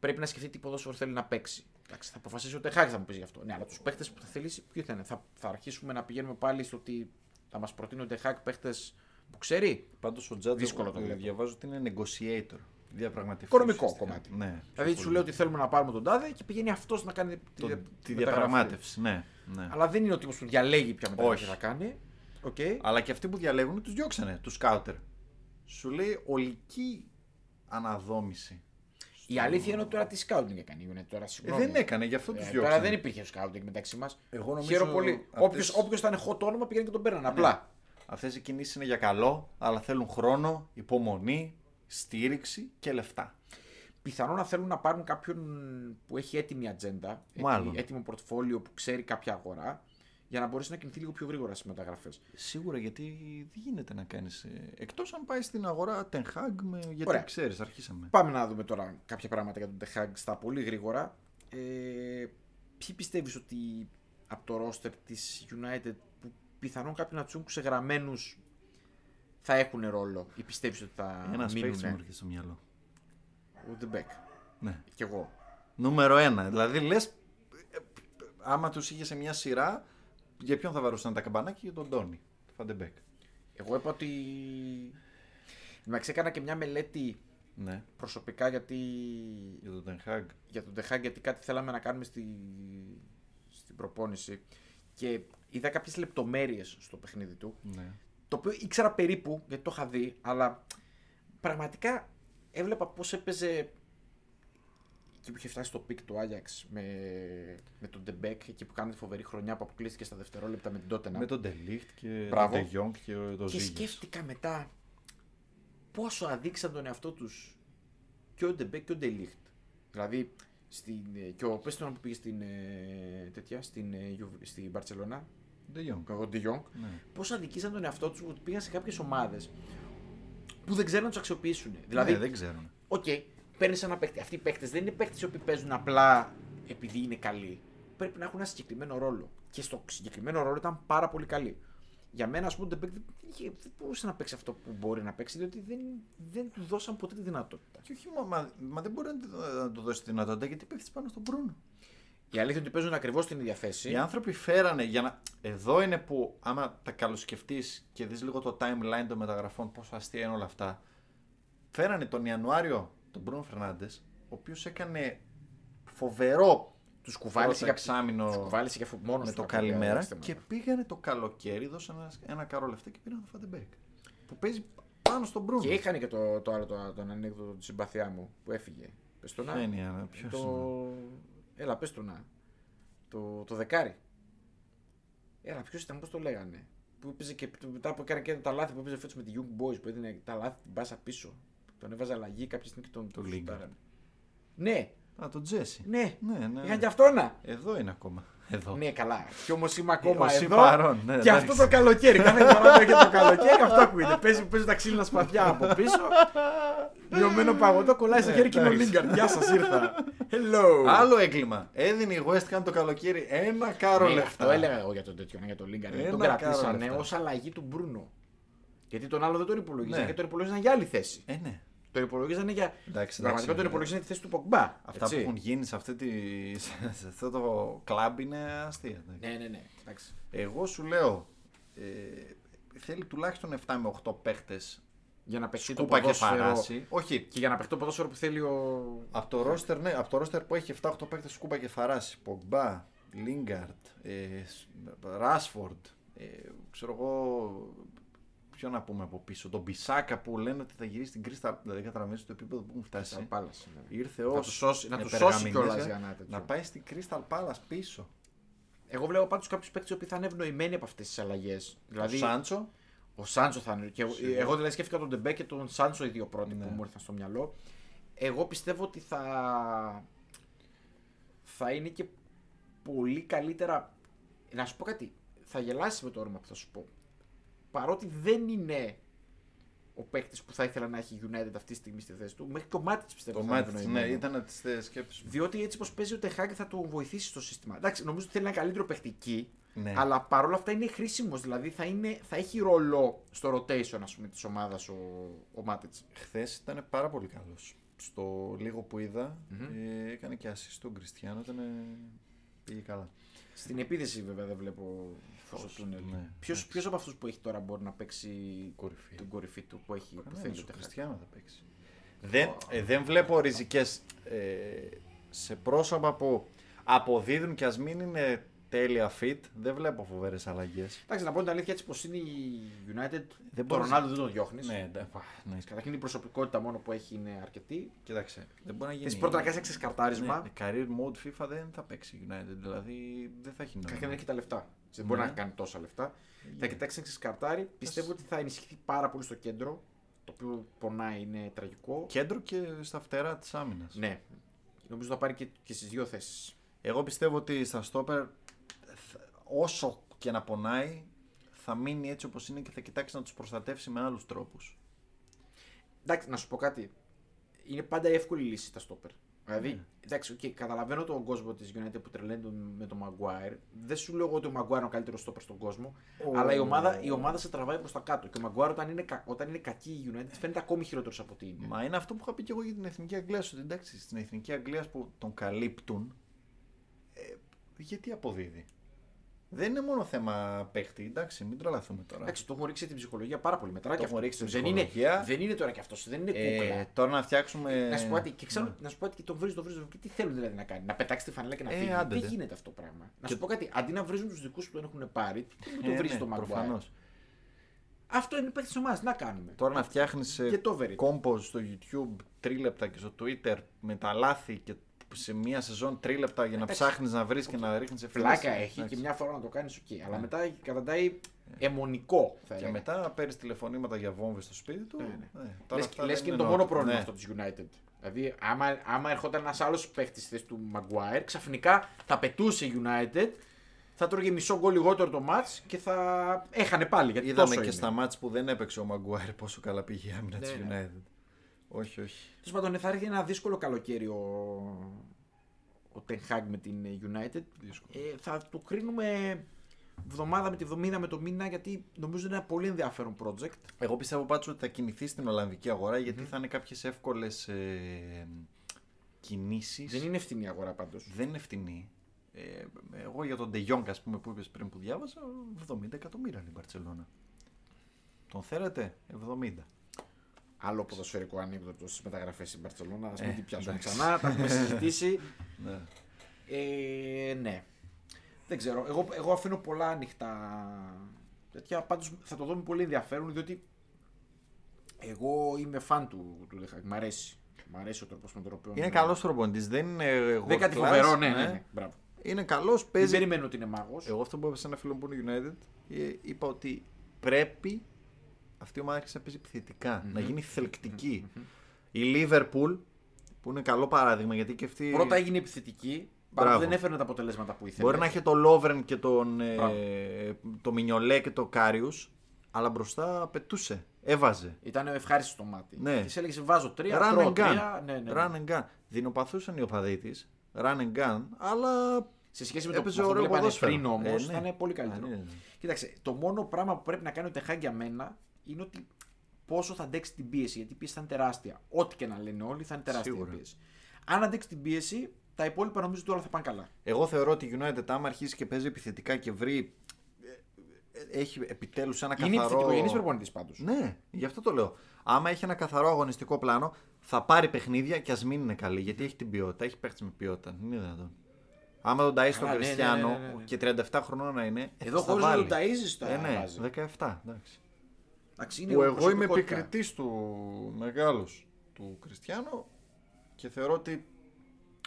S2: πρέπει να σκεφτεί τι ποδόσφαιρο θέλει να παίξει. Εντάξει, θα αποφασίσει ο Τεχάκη θα μου πει γι' αυτό. Ναι, αλλά
S1: Ε.
S2: τους παίχτες που θα θελήσει, ποιοι θα είναι. Θα, θα αρχίσουμε να πηγαίνουμε πάλι στο ότι θα μας προτείνει ο Τεχάκ παίχτες που ξέρει.
S1: Πάντως ο Τζάτζ.
S2: Δύσκολο το
S1: ε,
S2: βλέπω.
S1: Διαβάζω ότι είναι negotiator. Διαπραγματευτής.
S2: Οικονομικό
S1: ουσιαστικά.
S2: κομμάτι.
S1: Ναι.
S2: Δηλαδή σου λέει ότι θέλουμε να πάρουμε τον τάδε και πηγαίνει αυτός να κάνει τη,
S1: Το-
S2: δια-
S1: τη
S2: μεταγραφή.
S1: διαπραγμάτευση. Ναι, ναι. Αλλά...
S2: Αλλά δεν είναι ο τύπος που διαλέγει ποια μεταγραφή
S1: Όχι.
S2: θα κάνει. Okay.
S1: και αυτοί που διαλέγουν τους διώξανε, τους σκάουτερ. Σου λέει ολική αναδόμηση.
S2: Η αλήθεια είναι ότι τώρα τι σκάουτινγκ έκανε η United. Τώρα,
S1: ναι. Ε,
S2: συγγνώμη.
S1: δεν έκανε, γι' αυτό τους
S2: Ε,
S1: διώξανε.
S2: τώρα δεν υπήρχε σκάουτινγκ μεταξύ μας.
S1: Εγώ νομίζω
S2: Χαίρομαι πολύ.
S1: αυτές- Ναι.
S2: Όποιος Όποιος ήταν hot το όνομα πήγαινε και τον παίρνανε. Απλά.
S1: Αυτές οι κινήσεις είναι για καλό, αλλά θέλουν χρόνο, υπομονή, στήριξη και λεφτά.
S2: πιθανόν να θέλουν να πάρουν κάποιον που έχει έτοιμη ατζέντα, έτι-
S1: Μάλλον.
S2: έτοιμο πορτφόλιο που ξέρει κάποια αγορά, για να μπορέσει να κινηθεί λίγο πιο γρήγορα στις μεταγραφές.
S1: Σίγουρα γιατί δεν γίνεται να κάνεις. Εκτός αν πάει στην αγορά Ten Hag, με... γιατί
S2: Ωραία.
S1: ξέρεις, αρχίσαμε.
S2: Πάμε να δούμε τώρα κάποια πράγματα για τον Τεχάγκ στα πολύ γρήγορα. Ε, ποιοι πιστεύεις ότι από το ρόστερ της United που πιθανόν κάποιοι να τσούγκουν σε γραμμένους θα έχουν ρόλο ή πιστεύεις ότι θα
S1: Ένας παίκτης μου
S2: μείνουν.
S1: έρχεται στο μυαλό.
S2: Ο Ντεμπέκ.
S1: Ναι.
S2: Κι εγώ.
S1: Νούμερο ένα. Δηλαδή λες, άμα τους είχε σε μια σειρά, για ποιον θα βαρούσαν τα καμπανάκια για τον Τόνι. τον Φαντεμπέκ.
S2: Εγώ είπα ότι. Μα έκανα και μια μελέτη
S1: Ναι,
S2: προσωπικά γιατί
S1: για τον Ten Hag.
S2: για τον Τεχάκ γιατί κάτι θέλαμε να κάνουμε στη, στην προπόνηση και είδα κάποιες λεπτομέρειες στο παιχνίδι του
S1: Ναι.
S2: το οποίο ήξερα περίπου γιατί το είχα δει αλλά πραγματικά έβλεπα πως έπαιζε εκεί που είχε φτάσει στο πικ του Άγιαξ με, με τον Ντεμπέκ εκεί που κάνει τη φοβερή χρονιά που αποκλείστηκε στα δευτερόλεπτα με την Τότενα
S1: Με τον Τελίχτ και
S2: Μπράβο.
S1: τον Ντεγιόνγκ και τον
S2: και
S1: Ζήγης.
S2: σκέφτηκα μετά πόσο αδείξαν τον εαυτό τους και ο Ντεμπέκ και ο Ντελίχτ. Δηλαδή, στην, ε, και ο πες τον που πήγε στην, ε, τέτοια, στην, ε, Ιουβ- στην Μπαρτσελώνα,
S1: Ντεγιόνγκ.
S2: ο Ντεγιόνγκ,
S1: Ναι.
S2: πόσο αδικήσαν τον εαυτό τους ότι πήγαν σε κάποιες ομάδες που δεν ξέρουν να τους αξιοποιήσουν. Δηλαδή,
S1: ναι, δεν ξέρουν.
S2: Οκ, παίρνεις ένα παίκτη. Αυτοί οι παίκτε δεν είναι παίκτε οι οποίοι παίζουν απλά επειδή είναι καλοί. Πρέπει να έχουν ένα συγκεκριμένο ρόλο. Και στο συγκεκριμένο ρόλο ήταν πάρα πολύ καλοί. Για μένα, ας πούμε, δεν, δεν, είχε- δεν μπορούσε να παίξει αυτό που μπορεί να παίξει, διότι δεν, δεν του δώσαν ποτέ τη δυνατότητα.
S1: Και όχι, μα, μα, μα δεν μπορεί να του- να του δώσει τη δυνατότητα γιατί πέφτει πάνω στον Μπρούνο.
S2: Η αλήθεια είναι ότι παίζουν ακριβώς την ίδια θέση.
S1: Οι άνθρωποι φέρανε για να. Εδώ είναι που, άμα τα καλοσκεφτείς και δεις λίγο το timeline των μεταγραφών, πόσο αστεία είναι όλα αυτά. Φέρανε τον Ιανουάριο τον Μπρούνο Φερνάντες, ο οποίος έκανε φοβερό
S2: Τους
S1: πρώτο
S2: κουβάλισε για
S1: εξάμηνο
S2: τους κουβάλισε για φου- μόνος
S1: με
S2: του
S1: το
S2: τα παιδιά,
S1: καλημέρα
S2: δέστε με.
S1: και πήγανε το καλοκαίρι, δώσαν ένας, ένα καρό λεφτά και πήραν τον Φαντεμπέκ. Που παίζει πάνω στον Μπρούνο.
S2: Και είχαν και το, το άλλο, το, τον ανέκδοτο της συμπαθιά μου που έφυγε. Πες το να.
S1: Ποια είναι η άλλη, ποιος είναι?
S2: το... Έλα, πες το να. Το, το δεκάρι. Έλα, ποιος ήταν, πώς το λέγανε. Που έπαιζε και που- μετά που έκανε και τα λάθη που έπαιζε φέτος με τη Young Boys που έδινε τα λάθη την πάσα πίσω. Τον έβαζε αλλαγή κάποια στιγμή και τον.
S1: Το
S2: τον
S1: Lingard.
S2: σουτάρανε. Ναι,
S1: Α, τον Τζέσι.
S2: ναι.
S1: Ναι, ναι.
S2: Είχαν και αυτό να.
S1: Εδώ είναι ακόμα. Εδώ.
S2: Ναι, καλά. Κι όμως είμαι ακόμα
S1: Ως ή
S2: εδώ.
S1: παρόν, ναι,
S2: και
S1: εντάξει.
S2: αυτό το καλοκαίρι. Κάθε φορά που έρχεται το καλοκαίρι, αυτό ακούγεται. Παίζει, παίζει τα ξύλινα σπαθιά από πίσω. Λιωμένο παγωτό κολλάει στο
S1: Ναι,
S2: χέρι και είναι ο
S1: εντάξει.
S2: Λίγκαρντ. Γεια σας, ήρθα. Hello.
S1: Άλλο έγκλημα. Έδινε η West Ham το καλοκαίρι ένα κάρο
S2: Ναι,
S1: λεφτά.
S2: Αυτό έλεγα εγώ για τον τέτοιο, ναι, για τον Λίγκαρντ.
S1: Ένα
S2: Τον
S1: κάρο
S2: κρατήσανε ω
S1: λεφτά.
S2: αλλαγή του Μπρούνο. Γιατί τον άλλο δεν τον υπολογίζαν
S1: Ναι.
S2: και τον υπολογίζαν για άλλη θέση.
S1: Ε, ναι.
S2: Τον υπολογίζανε για.
S1: εντάξει,
S2: Πραγματικά τον
S1: ναι.
S2: υπολογίζανε τη θέση του Πογκμπά.
S1: Αυτά
S2: έτσι.
S1: που έχουν γίνει σε, αυτή τη... σε αυτό το κλαμπ είναι αστεία. εντάξει.
S2: Ναι, ναι, ναι. εντάξει.
S1: Εγώ σου λέω, ε, θέλει τουλάχιστον 7 με 8 παίχτες
S2: Για να παιχτεί το
S1: Σκούπα και
S2: ποδόσφαιρο.
S1: φαράση. Όχι.
S2: Και για να παιχτεί το ποδόσφαιρο που θέλει ο.
S1: Από το ρόστερ, ναι, από το ρόστερ που έχει 7-8 παίκτε σκούπα και φαράση. Πογκμπά, Λίγκαρτ, ε, Ράσφορντ. ε, ξέρω εγώ. Ποιο να πούμε από πίσω. Τον Μπισάκα που λένε ότι θα γυρίσει στην Κρίστα. Δηλαδή καταλαβαίνετε το επίπεδο που έχουν
S2: Σαν
S1: φτάσει.
S2: πάλας, ναι.
S1: Ήρθε
S2: Να
S1: ως.
S2: τους σώσει- να τους σώσει κιόλας για ένα τέτοιο.
S1: ε, να πάει στην Crystal Palace πίσω.
S2: Εγώ βλέπω πάντως κάποιους παίκτες που θα είναι ευνοημένοι από αυτές τις αλλαγές.
S1: Δηλαδή... Ο
S2: Δηλαδή,
S1: Σάντσο.
S2: Ο Σάντσο θα είναι. Και εγώ-
S1: Σίγουρα.
S2: εγώ δηλαδή σκέφτηκα τον Ντεμπέ και τον Σάντσο οι δύο πρώτοι
S1: Ναι.
S2: που μου ήρθαν στο μυαλό. Εγώ πιστεύω ότι θα. θα είναι και πολύ καλύτερα. Να σου πω κάτι. Θα γελάσει με το όνομα που θα σου πω. Παρότι δεν είναι ο παίκτης που θα ήθελα να έχει United αυτή τη στιγμή στη θέση του, μέχρι και ο Μάτιτ πιστεύω
S1: Το
S2: θα είναι
S1: Μάτιτ, ναι,
S2: ευνοημένο.
S1: ήταν από τις σκέψει μου.
S2: Διότι έτσι όπως παίζει ο Τεχάκη θα του βοηθήσει στο σύστημα. Εντάξει, νομίζω ότι θέλει ένα καλύτερο παιχτική.
S1: Ναι.
S2: Αλλά παρόλα αυτά είναι χρήσιμος. Δηλαδή θα, είναι, θα έχει ρόλο στο rotation ας πούμε, της ομάδας ο, ο Μάτιτ.
S1: Χθες ήταν πάρα πολύ καλός. Στο λίγο που είδα, ε, έκανε και assist στον Κριστιανό. Ήταν, ε, πήγε καλά.
S2: Στην επίδεση βέβαια δεν βλέπω φως στο τούνελ.
S1: ναι.
S2: Ποιος, ποιος από αυτούς που έχει τώρα μπορεί να παίξει
S1: Κορυφή.
S2: την κορυφή του που έχει που
S1: Ναι,
S2: θέλει
S1: ναι,
S2: ο
S1: στο
S2: Τεχάκη.
S1: Κριστιανό θα παίξει. Δεν, ε, δεν βλέπω ριζικές σε πρόσωπα που αποδίδουν και ας μην είναι τέλεια fit. Δεν βλέπω φοβερές αλλαγές.
S2: Εντάξει, να πω την αλήθεια έτσι πως είναι η United.
S1: Δεν
S2: το
S1: μπορείς-
S2: Ρονάλντο δεν τον διώχνεις.
S1: Ναι, ναι, ναι.
S2: Καταρχήν η προσωπικότητα μόνο που έχει είναι αρκετή.
S1: Κοίταξε, δεν μπορεί να γίνει.
S2: Θες πρώτα να κάνει ένα ξεσκαρτάρισμα.
S1: Ναι, career mode FIFA δεν θα παίξει η United, δηλαδή δεν θα έχει
S2: Καταρχήν
S1: νόημα.
S2: δεν έχει τα λεφτά. Έτσι, Δεν μπορεί
S1: Ναι.
S2: να κάνει τόσα λεφτά. Θα κοιτάξεις να ξεσκαρτάρει. Πιστεύω ότι θα ενισχυθεί πάρα πολύ στο κέντρο. Το οποίο πονάει, είναι τραγικό.
S1: Κέντρο και στα φτερά της άμυνας.
S2: Ναι. Νομίζω θα πάρει και, και στις δύο θέσεις.
S1: Εγώ πιστεύω ότι στα στόπερ θ- όσο και να πονάει θα μείνει έτσι όπως είναι και θα κοιτάξει να τους προστατεύσει με άλλους τρόπους.
S2: Εντάξει, να σου πω κάτι. Είναι πάντα η εύκολη λύση τα στόπερ. Δηλαδή,
S1: Ναι.
S2: εντάξει, okay, καταλαβαίνω τον κόσμο της United που τρελαίνεται με τον Maguire. Δεν σου λέω εγώ ότι ο Maguire είναι ο καλύτερος στόπερ στον κόσμο.
S1: Ω.
S2: Αλλά η ομάδα, η ομάδα σε τραβάει προς τα κάτω. Και ο Maguire όταν είναι, κα- όταν είναι κακή η United φαίνεται ακόμη χειρότερος από ότι είναι.
S1: Μα είναι αυτό που είχα πει και εγώ για την Εθνική Αγγλία. Ότι εντάξει, στην Εθνική Αγγλία που τον καλύπτουν, ε, γιατί αποδίδει. Δεν είναι μόνο θέμα παίχτη, εντάξει, μην τρελαθούμε τώρα.
S2: Εντάξει, το έχουν ρίξει την ψυχολογία πάρα πολύ μετρά.
S1: Το έχουν ρίξει την
S2: δεν είναι,
S1: ψυχολογία.
S2: δεν είναι τώρα κι αυτός. Δεν είναι κούκλα.
S1: ε, τώρα να φτιάξουμε.
S2: Να σου πω κάτι και, ξέρω, να σου πω κάτι και τον βρίζουν, τον βρίζουν. Και τι θέλουν δηλαδή να κάνει, να πετάξει τη φανέλα και να
S1: Ε,
S2: φύγει.
S1: άντε,
S2: δεν
S1: δε.
S2: γίνεται αυτό το πράγμα. Να
S1: Και-
S2: σου πω κάτι, αντί να βρίζουν τους δικούς που τον έχουν πάρει, τι μου
S1: Ε,
S2: τον βρίζει
S1: ναι,
S2: το Maguire.
S1: προφανώς.
S2: Αυτό είναι παίκτη ομάδα, να κάνουμε.
S1: Τώρα να φτιάχνεις
S2: Και το over it.
S1: κόμπο στο YouTube τρίλεπτα και στο Twitter με τα λάθη και σε μία σεζόν τρίλεπτα για να
S2: Εντάξει.
S1: ψάχνεις να βρεις και να ρίχνει
S2: Φλάκα έχει και μια φορά να το κάνεις, οκ. Αλλά μετά καταντάει αιμονικό, θα
S1: Ναι. Ε. Και
S2: έλεγα.
S1: μετά παίρνεις τηλεφωνήματα για βόμβες στο σπίτι του.
S2: Ναι, ναι.
S1: Ε, τώρα
S2: Λες,
S1: αυτά
S2: λες
S1: δεν
S2: και είναι το
S1: εννοώ.
S2: μόνο πρόβλημα
S1: Ναι.
S2: αυτό της United. Δηλαδή, άμα, άμα ερχόταν ένας άλλος παίχτης στη θέση του Maguire, ξαφνικά θα πετούσε η United, θα τρώγε μισό γκολ λιγότερο το match και θα έχανε πάλι. Γιατί
S1: Είδαμε
S2: τόσο
S1: και
S2: είναι.
S1: στα μάτς που δεν έπαιξε ο Μαγκουάρ πόσο καλά πήγε η άμυνα της
S2: Ναι, ναι.
S1: United. Όχι, όχι.
S2: Τέλος πάντων, θα έρθει ένα δύσκολο καλοκαίρι ο, ο Ten Hag με την United. Ε, θα το κρίνουμε εβδομάδα με τη βδομάδα με το μήνα γιατί νομίζω είναι ένα πολύ ενδιαφέρον project.
S1: Εγώ πιστεύω πάντως ότι θα κινηθεί στην Ολλανδική αγορά γιατί θα είναι κάποιες εύκολες ε, κινήσεις.
S2: Δεν είναι ευθυνή η αγορά πάντως.
S1: δεν είναι φτηνή. Ε, εγώ για τον De Jong, ας πούμε, που είπες πριν που διάβασα, 70 εκατομμύρια είναι η Μπαρτσελώνα. Τον θέλετε, 70.
S2: Άλλο ποδοσφαιρικό ανέκδοτο στις μεταγραφές στην Παρσελόνα. Ας μην
S1: Ε,
S2: την πιάσουμε
S1: εντάξει.
S2: ξανά, τα έχουμε συζητήσει.
S1: Ναι.
S2: Ε, ναι. Δεν ξέρω. Εγώ, εγώ αφήνω πολλά ανοιχτά. Τέτοια πάντως θα το δω με πολύ ενδιαφέρον διότι εγώ είμαι φαν του, του Λεχάκη. Μ' αρέσει. Μ' αρέσει ο τρόπος με τον οποίο.
S1: Είναι καλός προπονητής, δεν είναι εγώ.
S2: Δεν κάτι φοβερό, ναι, ναι, ναι. Μπράβο.
S1: Είναι καλός,
S2: Δεν
S1: παίζει.
S2: περιμένω ότι είναι μάγος.
S1: Εγώ αυτό που είπα σε ένα φίλο μου που είναι United, ε, είπα ότι πρέπει αυτή η ομάδα άρχισε να παίζει επιθετικά, να γίνει θελκτική. Η Liverpool, που είναι καλό παράδειγμα, γιατί και αυτή
S2: Πρώτα έγινε επιθετική.
S1: Μπράβο.
S2: Μπράβο. Δεν έφερνε τα αποτελέσματα που ήθελε.
S1: μπορεί να έχει το Λόβρεν και τον, ε,
S2: Μπράβο.
S1: το Μινιολέ και το Κάριους, αλλά μπροστά πετούσε, έβαζε.
S2: Ήταν ευχάριστο στο μάτι.
S1: Ναι.
S2: Και σε έλεγες βάζω τρία,
S1: Run
S2: τρώω
S1: and gun.
S2: τρία. Ναι, ναι, ναι.
S1: Run and gun. Δεινοπαθούσαν οι οπαδοί τη. Run and gun, αλλά.
S2: Σε σχέση με το που
S1: Έπαιζε
S2: αυτό
S1: ωραίο
S2: βλέπανε
S1: ποδόσφαιρο.
S2: πριν όμως,
S1: Ε, ναι.
S2: ήταν πολύ καλύτερο.
S1: Α, ναι, ναι.
S2: Κοίταξε, το μόνο πράγμα που πρέπει να κάνει ο Τεχάν για μένα είναι ότι πόσο θα αντέξει την πίεση. Γιατί η πίεση θα είναι τεράστια. Ό,τι και να λένε όλοι θα είναι τεράστια
S1: Σίγουρα.
S2: η πίεση. Αν αντέξει την πίεση, τα υπόλοιπα νομίζω ότι όλα θα πάνε καλά.
S1: Εγώ θεωρώ ότι η United, άμα αρχίσει και παίζει επιθετικά και βρει ε, ε, έχει επιτέλους ένα
S2: Είναι
S1: καθαρό.
S2: επιθετικογενή προπονητής πάντως.
S1: Ναι, γι' αυτό το λέω. Άμα έχει ένα καθαρό αγωνιστικό πλάνο, θα πάρει παιχνίδια και ας μην είναι καλή. Γιατί έχει την ποιότητα, έχει παίχτες με ποιότητα. Δεν είναι δυνατόν. Άμα τον ταΐσει τον
S2: Καλά, ναι, ναι,
S1: Κριστιανό
S2: ναι, ναι, ναι.
S1: και 37 χρονών να είναι. ε,
S2: Εδώ
S1: θα
S2: χωρίς να
S1: βάλει.
S2: τον ταΐζεις το
S1: Ε, ναι,
S2: βάζει.
S1: 17. Εντάξει.
S2: Εντάξει, είναι
S1: Που εγώ είμαι
S2: προσωπικότητα.
S1: επικριτής του μεγάλους του Κριστιανού και θεωρώ ότι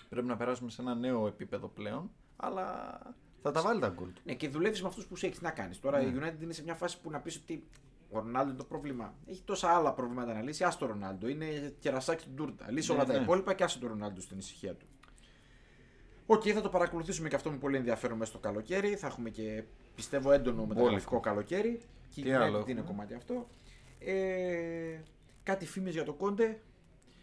S1: πρέπει να περάσουμε σε ένα νέο επίπεδο πλέον. Αλλά θα τα βάλει τα γκολ του.
S2: Ναι, και δουλεύεις με αυτούς που σου έχει να κάνεις. Τώρα η
S1: Ναι.
S2: United είναι σε μια φάση που να πεις ότι ο Ρονάλντο είναι το πρόβλημα. Έχει τόσα άλλα προβλήματα να λύσει. Α το Ρονάλντο. Είναι κερασάκι του Ντούρτα. Λύσει
S1: Ναι,
S2: όλα τα
S1: ναι.
S2: υπόλοιπα και άσε το Ρονάλντο στην ησυχία του. Οκ, θα το παρακολουθήσουμε και αυτό με πολύ ενδιαφέρον μέσα στο καλοκαίρι. Θα έχουμε και πιστεύω έντονο μεταγραφικό καλοκαίρι. Και
S1: Τι
S2: η United
S1: άλλο
S2: είναι
S1: έχουμε?
S2: κομμάτι αυτό. Ε, κάτι φήμες για το Κόντε.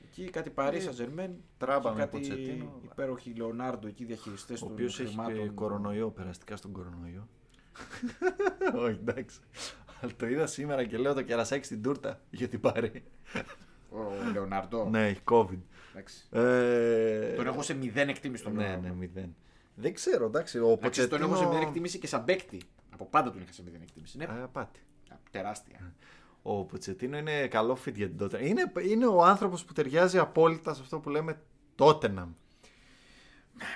S2: Εκεί κάτι Παρίσι, Αζερμέν.
S1: τράμπα με
S2: κάτι
S1: Ε, Ποτσετίνο.
S2: υπέροχοι Λεωνάρντο εκεί διαχειριστές
S1: Ο
S2: του.
S1: οποίος έχει και κορονοϊό, περαστικά στον κορονοϊό. Όχι, εντάξει. Αλλά το είδα σήμερα και λέω το κερασάκι στην τούρτα για την πάρει.
S2: Ο Λεωνάρντο.
S1: ναι, έχει COVID.
S2: Εντάξει.
S1: Ε,
S2: Τον έχω σε μηδέν εκτίμηση τον
S1: Ναι,
S2: Ρονάλντο.
S1: ναι, μηδέν. Δεν ξέρω, εντάξει. Ο
S2: Να ξέρεις, Τον
S1: Ποτσετίνο...
S2: έχω σε μηδέν εκτίμηση και σαν παίκτη. Από πάντα τον είχα σε μηδέν εκτίμηση. Είναι
S1: Α, πάτη.
S2: τεράστια.
S1: Ο Ποτσετίνο είναι καλό fit για την Tottenham. Είναι, είναι ο άνθρωπος που ταιριάζει απόλυτα σε αυτό που λέμε Tottenham.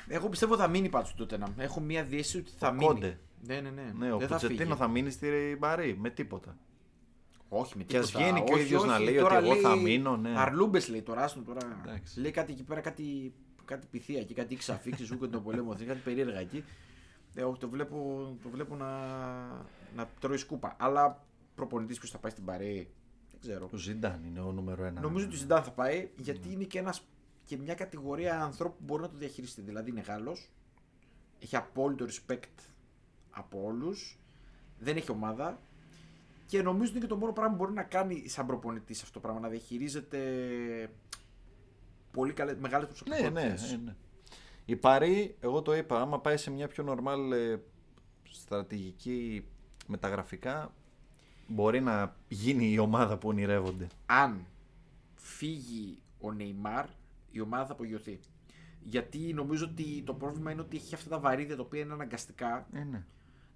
S2: Εγώ πιστεύω θα μείνει πάντως τότε να. Έχω μία διέση ότι θα μείνει.
S1: Κόντε.
S2: Ναι, ναι, ναι.
S1: Ναι, ο
S2: Δεν θα φύγει.
S1: Ποτσετίνο θα μείνει στη Μπαρή με τίποτα.
S2: Όχι, με
S1: Και ας
S2: τίποτα.
S1: βγαίνει και ο
S2: Όχι,
S1: ίδιος
S2: όχι,
S1: να λέει
S2: τώρα
S1: ότι εγώ θα
S2: λέει
S1: μείνω, ναι.
S2: Αρλούμπες λέει τώρα, άστον τώρα.
S1: Εντάξει.
S2: Λέει κάτι εκεί πέρα, κάτι, κάτι πυθία εκεί, κάτι ξαφίξει, ζούκο τον πολέμο, δεν κάτι περίεργα εκεί. Ε, όχι, το βλέπω, το βλέπω να, να τρώει σκούπα. Αλλά προπονητής ποιος θα πάει στην Παρή, δεν ξέρω.
S1: Ο Ζιντάν είναι ο νούμερο ένα.
S2: Νομίζω ότι ο Ζιντάν θα πάει,
S1: Ναι.
S2: γιατί είναι και, ένας, και μια κατηγορία ανθρώπου που μπορεί να το διαχειριστεί. Δηλαδή είναι Γάλλος, έχει απόλυτο respect από όλους, δεν έχει ομάδα και νομίζω ότι είναι και το μόνο πράγμα που μπορεί να κάνει σαν προπονητής αυτό το πράγμα, να διαχειρίζεται πολύ καλέ, μεγάλες
S1: Ναι, ναι,
S2: προσωπικότητες.
S1: ναι, ναι. Η Παρή, εγώ το είπα, άμα πάει σε μια πιο νορμάλ ε, στρατηγική μεταγραφικά, μπορεί να γίνει η ομάδα που ονειρεύονται.
S2: αν φύγει ο Νεϊμάρ, η ομάδα θα απογειωθεί. Γιατί νομίζω ότι το πρόβλημα είναι ότι έχει αυτά τα βαρύδια τα οποία είναι αναγκαστικά.
S1: Ε, ναι.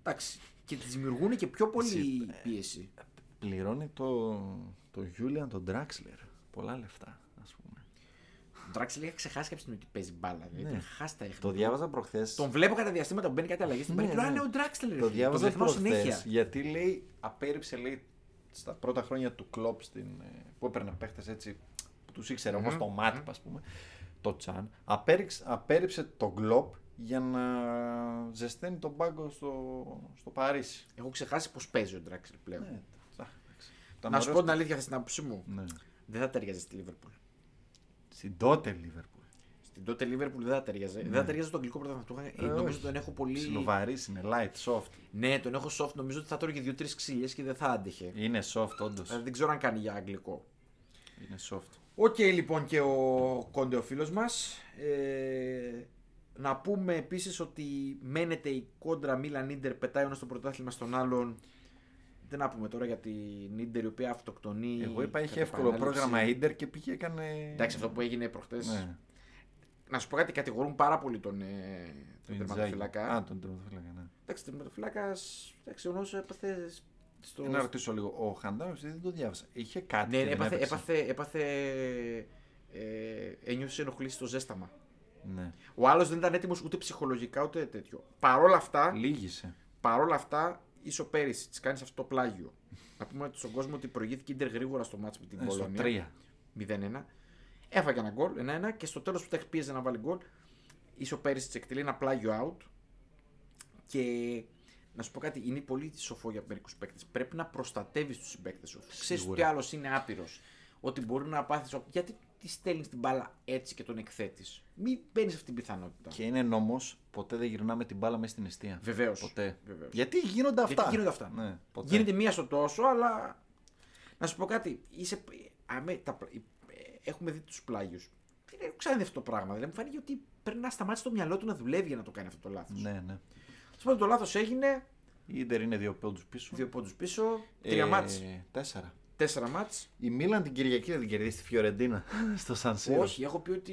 S2: Εντάξει, και τη δημιουργούν και πιο πολύ
S1: ε,
S2: πίεση.
S1: Πληρώνει το, το Julian τον Draxler. Πολλά λεφτά, ας πούμε.
S2: Ο Ντράξιλ έχει ξεχάσει κάποια στιγμή ότι παίζει μπάλα. Δηλαδή
S1: Ναι.
S2: τον χάστα έχει.
S1: Το διάβαζα προχθές.
S2: Τον βλέπω κατά διαστήματα που μπαίνει κάτι αλλαγή στην
S1: Ναι,
S2: ναι,
S1: ναι.
S2: ναι. ο Ντράξιλ.
S1: Το διάβαζα
S2: δεχνώ
S1: προχθές,
S2: συνέχεια.
S1: γιατί λέει, απέρριψε λέει στα πρώτα χρόνια του Κλόπ στην, ε, που έπαιρνε παίχτες έτσι που τους ήξερε όμως το μάτι ας πούμε το Τσάν, απέριξε, απέρριψε τον Κλόπ για να ζεσταίνει τον πάγκο στο, στο Παρίσι.
S2: Έχω ξεχάσει πώς παίζει ο Ντράξιλ πλέον.
S1: Ε, τσα, εντάξει. Ήταν
S2: να σου πω
S1: ωραίος-
S2: την αλήθεια θες την άποψή μου.
S1: Ναι.
S2: Δεν θα ταιριάζει στη Λίβερπουλ.
S1: Στην τότε Λίβερπουλ.
S2: Στην τότε Λίβερπουλ δεν θα ταιριάζει. Δεν θα ταιριάζει το αγγλικό πρωτάθλημα. Ε,
S1: Ναι. Ε,
S2: νομίζω
S1: όχι.
S2: τον έχω πολύ.
S1: Ψιλοβαρής είναι, light, soft.
S2: Ναι, τον έχω soft. Νομίζω ότι θα τρώγε δύο-τρει ξύλες και δεν θα άντεχε.
S1: Είναι soft όντως.
S2: Δηλαδή, δεν ξέρω αν κάνει για αγγλικό.
S1: Είναι soft.
S2: Οκ, λοιπόν, και ο Κόντε ο φίλος μας. Ε, να πούμε επίσης ότι μένεται η κόντρα Μίλαν Ίντερ, πετάει ο ένας το πρωτάθλημα στον άλλον. Δεν να πούμε τώρα για την Ίντερ η οποία αυτοκτονεί.
S1: Εγώ είπα είχε
S2: κατά
S1: εύκολο
S2: επανάληψη.
S1: πρόγραμμα Ίντερ και πήγε έκανε...
S2: Εντάξει, αυτό που έγινε προχτές.
S1: Ναι.
S2: Να σου πω κάτι, κατηγορούν πάρα πολύ τον, ε, τον
S1: Τον
S2: τερματοφυλάκα.
S1: Ιντζάκη. Α, τον τερματοφύλακα, ναι.
S2: Εντάξει, τερματοφυλάκας, εντάξει, ο έπαθε στο...
S1: Να ρωτήσω λίγο. Ο Χαντάρος δεν το διάβασα. Είχε κάτι.
S2: Ναι,
S1: και δεν
S2: έπαθε,
S1: έπαιξε.
S2: έπαθε, έπαθε, ε, ένιωσε ενοχλήσει στο ζέσταμα.
S1: Ναι.
S2: Ο άλλος δεν ήταν έτοιμος ούτε ψυχολογικά ούτε τέτοιο. Παρόλα αυτά,
S1: Λίγησε.
S2: παρόλα αυτά ισοπαίδησε. Της κάνεις αυτό το πλάγιο. Να πούμε στον κόσμο ότι προηγήθηκε η Ιντερ γρήγορα στο μάτσο με την
S1: Ε, Στο
S2: Πολωνία.
S1: 3.
S2: 0-1. Έφαγε ένα γκολ, 1-1 και στο τέλος που τα πίεζε να βάλει γκολ, ισοπαίδησε της εκτελεί ένα πλάγιο out. Και να σου πω κάτι, είναι πολύ σοφό για μερικούς παίκτες. Πρέπει να προστατεύεις τους συμπαίκτες σου. Ξέρεις
S1: Σίγουρα.
S2: ότι άλλος είναι άπειρος. Ότι μπορεί να πάθεις. Γιατί τη στέλνεις την μπάλα έτσι και τον εκθέτεις. Μην παίρνει αυτή την πιθανότητα.
S1: Και είναι νόμος, ποτέ δεν γυρνάμε την μπάλα μέσα στην αιστεία.
S2: Βεβαίως.
S1: Ποτέ. Γιατί γίνονται αυτά.
S2: Γιατί γίνονται αυτά.
S1: Ναι, ποτέ.
S2: Γίνεται μία στο τόσο, αλλά. Να σου πω κάτι. Είσαι... Αμέ... Τα... πλα- ε, Έχουμε δει τους πλάγιους. Δεν έχω ξαναδεί αυτό το πράγμα. Δηλαδή μου φάνηκε ότι πρέπει να σταμάτησε το μυαλό του να δουλεύει για να το κάνει αυτό το λάθος.
S1: Ναι, ναι.
S2: Σου πω το λάθος έγινε.
S1: Η Ίντερ είναι δύο πόντους πίσω.
S2: Δύο πόντους πίσω. Τρία
S1: Ε,
S2: μάτς.
S1: Τέσσερα.
S2: Τέσσερα μάτς.
S1: Η Μίλαν την Κυριακή δεν την κερδίσει τη Φιωρεντίνα στο Σαν Σίρο.
S2: Όχι, έχω πει ότι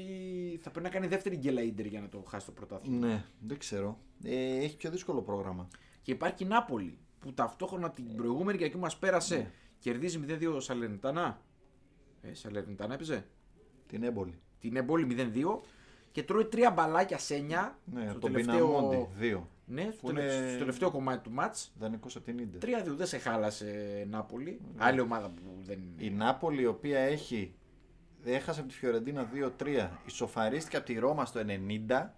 S2: θα πρέπει να κάνει δεύτερη γκέλα ίντερ για να το χάσει το πρωτάθλημα.
S1: Ναι, Ε. δεν ξέρω. Ε, έχει πιο δύσκολο πρόγραμμα.
S2: Και υπάρχει και η Νάπολη που που ταυτόχρονα την προηγούμενη Κυριακή μας πέρασε
S1: Ναι.
S2: κερδίζει 0-2 Σαλερνιτάνα. Ε, Σαλερνιτάνα έπαιζε.
S1: Την έμπολη.
S2: Την έμπολη 0-2 και τρώει τρία μπαλάκια σένια.
S1: Ναι,
S2: στο
S1: από τον Πιναμόντι. Δύο.
S2: Ναι, στο,
S1: Που
S2: τελε-
S1: είναι-
S2: στο τελευταίο κομμάτι του μάτς.
S1: Δανεικός από την ντερ.
S2: 3-2 δεν σε χάλασε Νάπολη. Άλλη ομάδα που δεν
S1: Ναι. Η Νάπολη, η οποία έχει. Έχασε από τη Φιωρεντίνα 2-3. Ισοφαρίστηκε από τη Ρώμα στο 90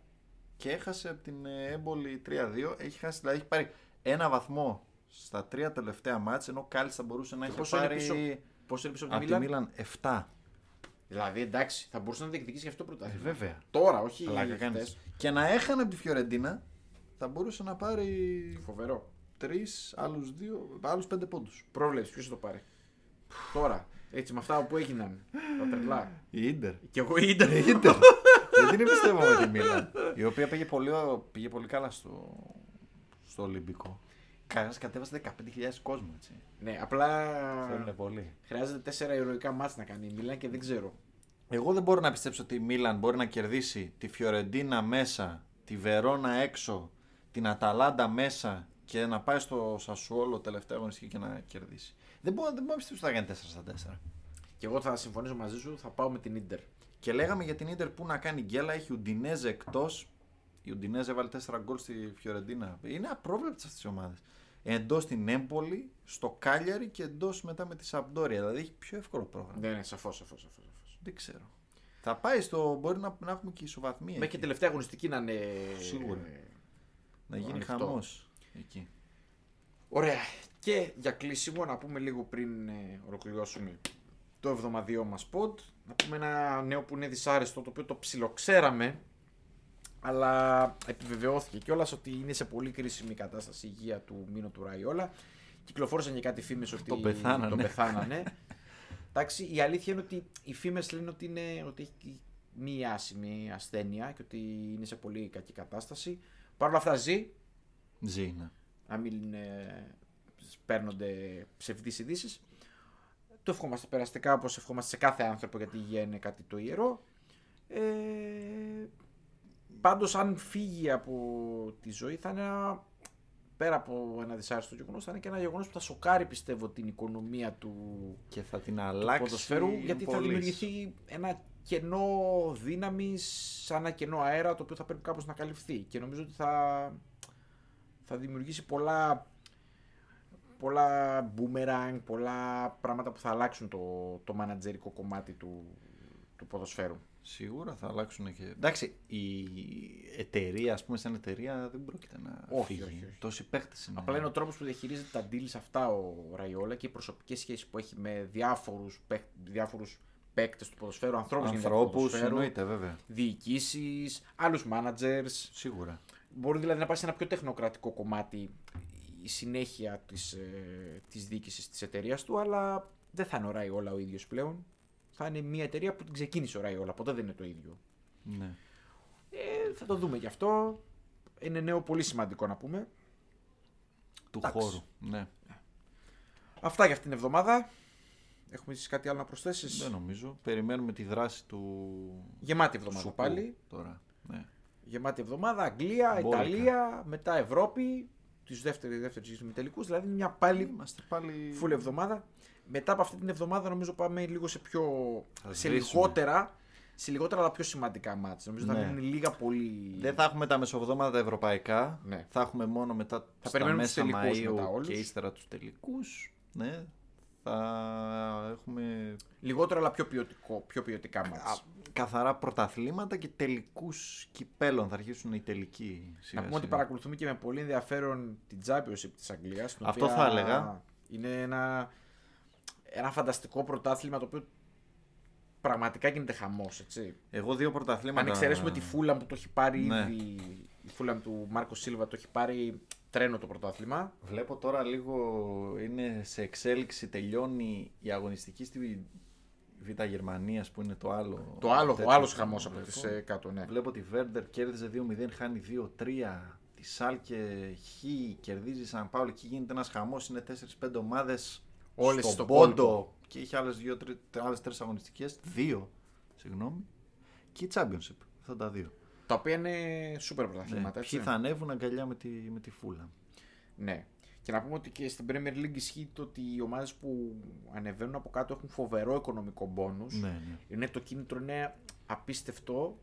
S1: και έχασε από την ε, έμπολη 3-2. Έχει χάσει, δηλαδή έχει πάρει ένα βαθμό στα τρία τελευταία μάτς ενώ κάλλιστα μπορούσε να έχει
S2: Ε, Πόσο είναι
S1: πάρει
S2: πίσω, πόσο είναι πίσω από τη
S1: από τη
S2: Μίλαν.
S1: Μίλαν 7.
S2: Δηλαδή εντάξει, θα μπορούσε να διεκδικήσει και αυτό το
S1: Ε,
S2: πρωτάθλημα.
S1: βέβαια.
S2: Τώρα, όχι.
S1: Πλάκα κάνεις.
S2: χτες.
S1: Και να έχανε από τη Φιωρεντίνα θα μπορούσε να πάρει
S2: Φοβερό.
S1: τρεις, άλλους δύο, άλλους πέντε πόντους.
S2: Πρόβλεψη, ποιος θα το πάρει. Τώρα, έτσι με αυτά που έγιναν. Τα τρελά.
S1: Η Ίντερ.
S2: Και εγώ ήταν.
S1: Η Ίντερ. Δεν την εμπιστεύω με τη Μίλαν. Η οποία πήγε πολύ, πήγε πολύ καλά στο, στο Ολυμπικό. Καγάς κατέβασε 15.000 κόσμο έτσι.
S2: ναι, απλά
S1: Θέλουνε πολύ.
S2: χρειάζεται τέσσερα ηρωικά μάτς να κάνει η Μίλαν και δεν ξέρω.
S1: Εγώ δεν μπορώ να πιστέψω ότι η Μίλαν μπορεί να κερδίσει τη Φιωρεντίνα μέσα, τη Βερόνα έξω, την Αταλάντα μέσα και να πάει στο Σασουόλο τελευταία αγωνιστική και να κερδίσει. Δεν μπορώ, δεν μπορώ να πιστέψω ότι θα κάνει 4 στα 4.
S2: Και εγώ θα συμφωνήσω μαζί σου, θα πάω με την ντερ.
S1: Και λέγαμε για την ντερ που να κάνει γκέλα, έχει Ουντινέζε εκτός. Η Ουντινέζε έβαλε 4 γκολ στη Φιωρεντίνα. Είναι απρόβλεπτες αυτές τι ομάδες. Εντός στην Έμπολη, στο Κάλιαρη και εντός μετά με τη Σαμπτόρια. Δηλαδή έχει πιο εύκολο πρόγραμμα.
S2: Ναι, ναι, σαφώς, σαφώς, σαφώς. σαφώς.
S1: Δεν ξέρω. Θα πάει στο. Μπορεί να, να έχουμε και ισοβαθμία.
S2: Μέχρι και τελευταία αγωνιστική να είναι.
S1: Ε,
S2: ε,
S1: Σίγουρα. Να γίνει
S2: Ανοιχτό.
S1: χαμός εκεί.
S2: Ωραία. Και για κλείσιμο, να πούμε λίγο πριν ε, ολοκληρώσουμε το εβδομαδιαίο μας pod, να πούμε ένα νέο που είναι δυσάρεστο, το οποίο το ψιλοξέραμε, αλλά επιβεβαιώθηκε κιόλας ότι είναι σε πολύ κρίσιμη κατάσταση η υγεία του Μίνο του Ραϊόλα. Κυκλοφόρησαν και κάτι φήμες ότι
S1: Τον πεθάνανε.
S2: τον πεθάνανε. Εντάξει, η αλήθεια είναι ότι οι φήμες λένε ότι, είναι, ότι έχει μία άσημη ασθένεια και ότι είναι σε πολύ κακή κατάσταση. Παρ' όλα αυτά ζει,
S1: Ζήνα.
S2: να μην ε, παίρνονται ψευδείς ειδήσεις. Το ευχόμαστε περαστικά όπως ευχόμαστε σε κάθε άνθρωπο γιατί η υγεία είναι κάτι το ιερό. Ε, πάντως αν φύγει από τη ζωή θα είναι ένα, πέρα από ένα δυσάρεστο γεγονός θα είναι και ένα γεγονός που θα σοκάρει πιστεύω την οικονομία του
S1: Και θα την αλλάξει.
S2: ποδοσφαίρου γιατί θα
S1: πολλής.
S2: δημιουργηθεί ένα κενό δύναμης, σαν ένα κενό αέρα το οποίο θα πρέπει κάπως να καλυφθεί και νομίζω ότι θα, θα δημιουργήσει πολλά πολλά boomerang, πολλά πράγματα που θα αλλάξουν το, το μανατζερικό κομμάτι του, του ποδοσφαίρου.
S1: Ναι. Σίγουρα θα αλλάξουν και. Εντάξει, η εταιρεία, ας πούμε, σαν εταιρεία δεν πρόκειται να
S2: Όχι,
S1: φύγει.
S2: όχι, όχι.
S1: Τόσοι παίχτε είναι.
S2: Απλά είναι ο τρόπος που διαχειρίζεται τα deals αυτά ο Ραϊόλα και οι προσωπικές σχέσεις που έχει με διάφορους, παίκ, διάφορους παίκτες του ποδοσφαίρου, ανθρώπους, γενικά του
S1: Ανθρώπους,
S2: ποδοσφαίρου,
S1: εννοείται βέβαια.
S2: διοικήσεις, άλλους managers,
S1: Σίγουρα.
S2: Μπορεί δηλαδή να πάει σε ένα πιο τεχνοκρατικό κομμάτι η συνέχεια της, ε, της διοίκησης της εταιρείας του, αλλά δεν θα είναι ο Ραϊόλα ο ίδιος πλέον. Θα είναι μια εταιρεία που την ξεκίνησε ο Ραϊόλα, ποτέ δεν είναι το ίδιο.
S1: Ναι.
S2: Ε, θα το δούμε γι' αυτό. Είναι νέο πολύ σημαντικό να πούμε.
S1: Του
S2: Εντάξει.
S1: χώρου. Ναι.
S2: Αυτά για αυτήν την εβδομάδα. Έχουμε εσείς κάτι άλλο να προσθέσεις.
S1: Δεν νομίζω. Περιμένουμε τη δράση του.
S2: Γεμάτη εβδομάδα
S1: Σουκού
S2: πάλι.
S1: Τώρα. Ναι.
S2: Γεμάτη εβδομάδα. Αγγλία,
S1: Μπόλικα.
S2: Ιταλία, μετά Ευρώπη. Τους δεύτερη, δεύτερη τελικούς, δηλαδή μια πάλι
S1: Είμαστε πάλι.
S2: Φουλ εβδομάδα. Μετά από αυτή την εβδομάδα νομίζω πάμε λίγο σε πιο.
S1: Θα
S2: σε
S1: σβήσουμε.
S2: λιγότερα. Σε λιγότερα αλλά πιο σημαντικά μάτς. Νομίζω θα
S1: Ναι.
S2: μείνουν λίγα πολύ.
S1: Δεν θα έχουμε τα μεσοβδόματα τα ευρωπαϊκά.
S2: Ναι.
S1: Θα έχουμε μόνο μετά
S2: Θα
S1: στα
S2: περιμένουμε τους
S1: μέσα
S2: τελικούς
S1: Μαΐου
S2: μετά όλους.
S1: και ύστερα τους τελικούς. Ναι. Θα έχουμε
S2: Λιγότερα αλλά πιο, ποιοτικό, πιο ποιοτικά
S1: α,
S2: μάτς.
S1: καθαρά πρωταθλήματα και τελικούς κυπέλων. Θα αρχίσουν οι τελικοί.
S2: Να
S1: σιγά
S2: πούμε ότι
S1: σιγά.
S2: παρακολουθούμε και με πολύ ενδιαφέρον την Championship της Αγγλίας. την
S1: Αυτό
S2: οποία
S1: θα έλεγα.
S2: Είναι ένα, ένα φανταστικό πρωτάθλημα το οποίο πραγματικά γίνεται χαμός, έτσι.
S1: Εγώ δύο πρωταθλήματα.
S2: Αν εξαιρέσουμε τη Φούλαμ που το έχει πάρει
S1: Ναι.
S2: ήδη, η Φούλαμ του Μάρκο Σίλβα το έχει πάρει τρένο το πρωτάθλημα.
S1: Βλέπω τώρα λίγο είναι σε εξέλιξη. Τελειώνει η αγωνιστική στη Β' Γερμανίας που είναι το άλλο.
S2: Το άλλο,
S1: τέτοιο
S2: ο άλλος
S1: που
S2: χαμός από
S1: βλέπω.
S2: τις ε, κάτω, ναι.
S1: Βλέπω ότι η Βέρντερ κέρδιζε 2-0, χάνει 2-3. Τη Σάλκε Χ κερδίζει η Σαν Πάολο. Εκεί γίνεται ένας χαμός. Είναι 4-5 ομάδες.
S2: Όλες στο κόλπο.
S1: Και είχε άλλες άλλες τρεις αγωνιστικές. Δύο. Συγγνώμη. Και η Championship. Αυτά τα δύο.
S2: Τα οποία είναι σούπερ
S1: Ναι.
S2: πρωταθλήματα, έτσι.
S1: Ποιοι θα ανέβουν αγκαλιά με τη, με τη φούλα.
S2: Ναι. Και να πούμε ότι και στην Premier League ισχύει το ότι οι ομάδες που ανεβαίνουν από κάτω έχουν φοβερό οικονομικό μπόνους.
S1: Ναι, ναι.
S2: Είναι το κίνητρο είναι απίστευτο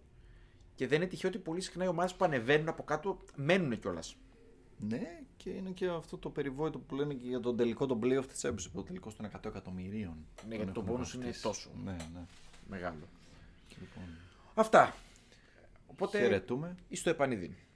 S2: και δεν είναι τυχαίο ότι πολύ συχνά οι ομάδες που ανεβαίνουν από κάτω μένουν κιόλας.
S1: Ναι, και είναι και αυτό το περιβόητο που λένε και για τον τελικό τον playoff της Championship. Το τελικός των 100 εκατομμυρίων.
S2: Ναι, γιατί
S1: Τον
S2: το
S1: έχουν
S2: bonus είναι
S1: βαφτίσει.
S2: τόσο.
S1: Ναι, ναι.
S2: Μεγάλο.
S1: Λοιπόν,
S2: Αυτά. Οπότε
S1: χαιρετούμε.
S2: ή στο επανειδή.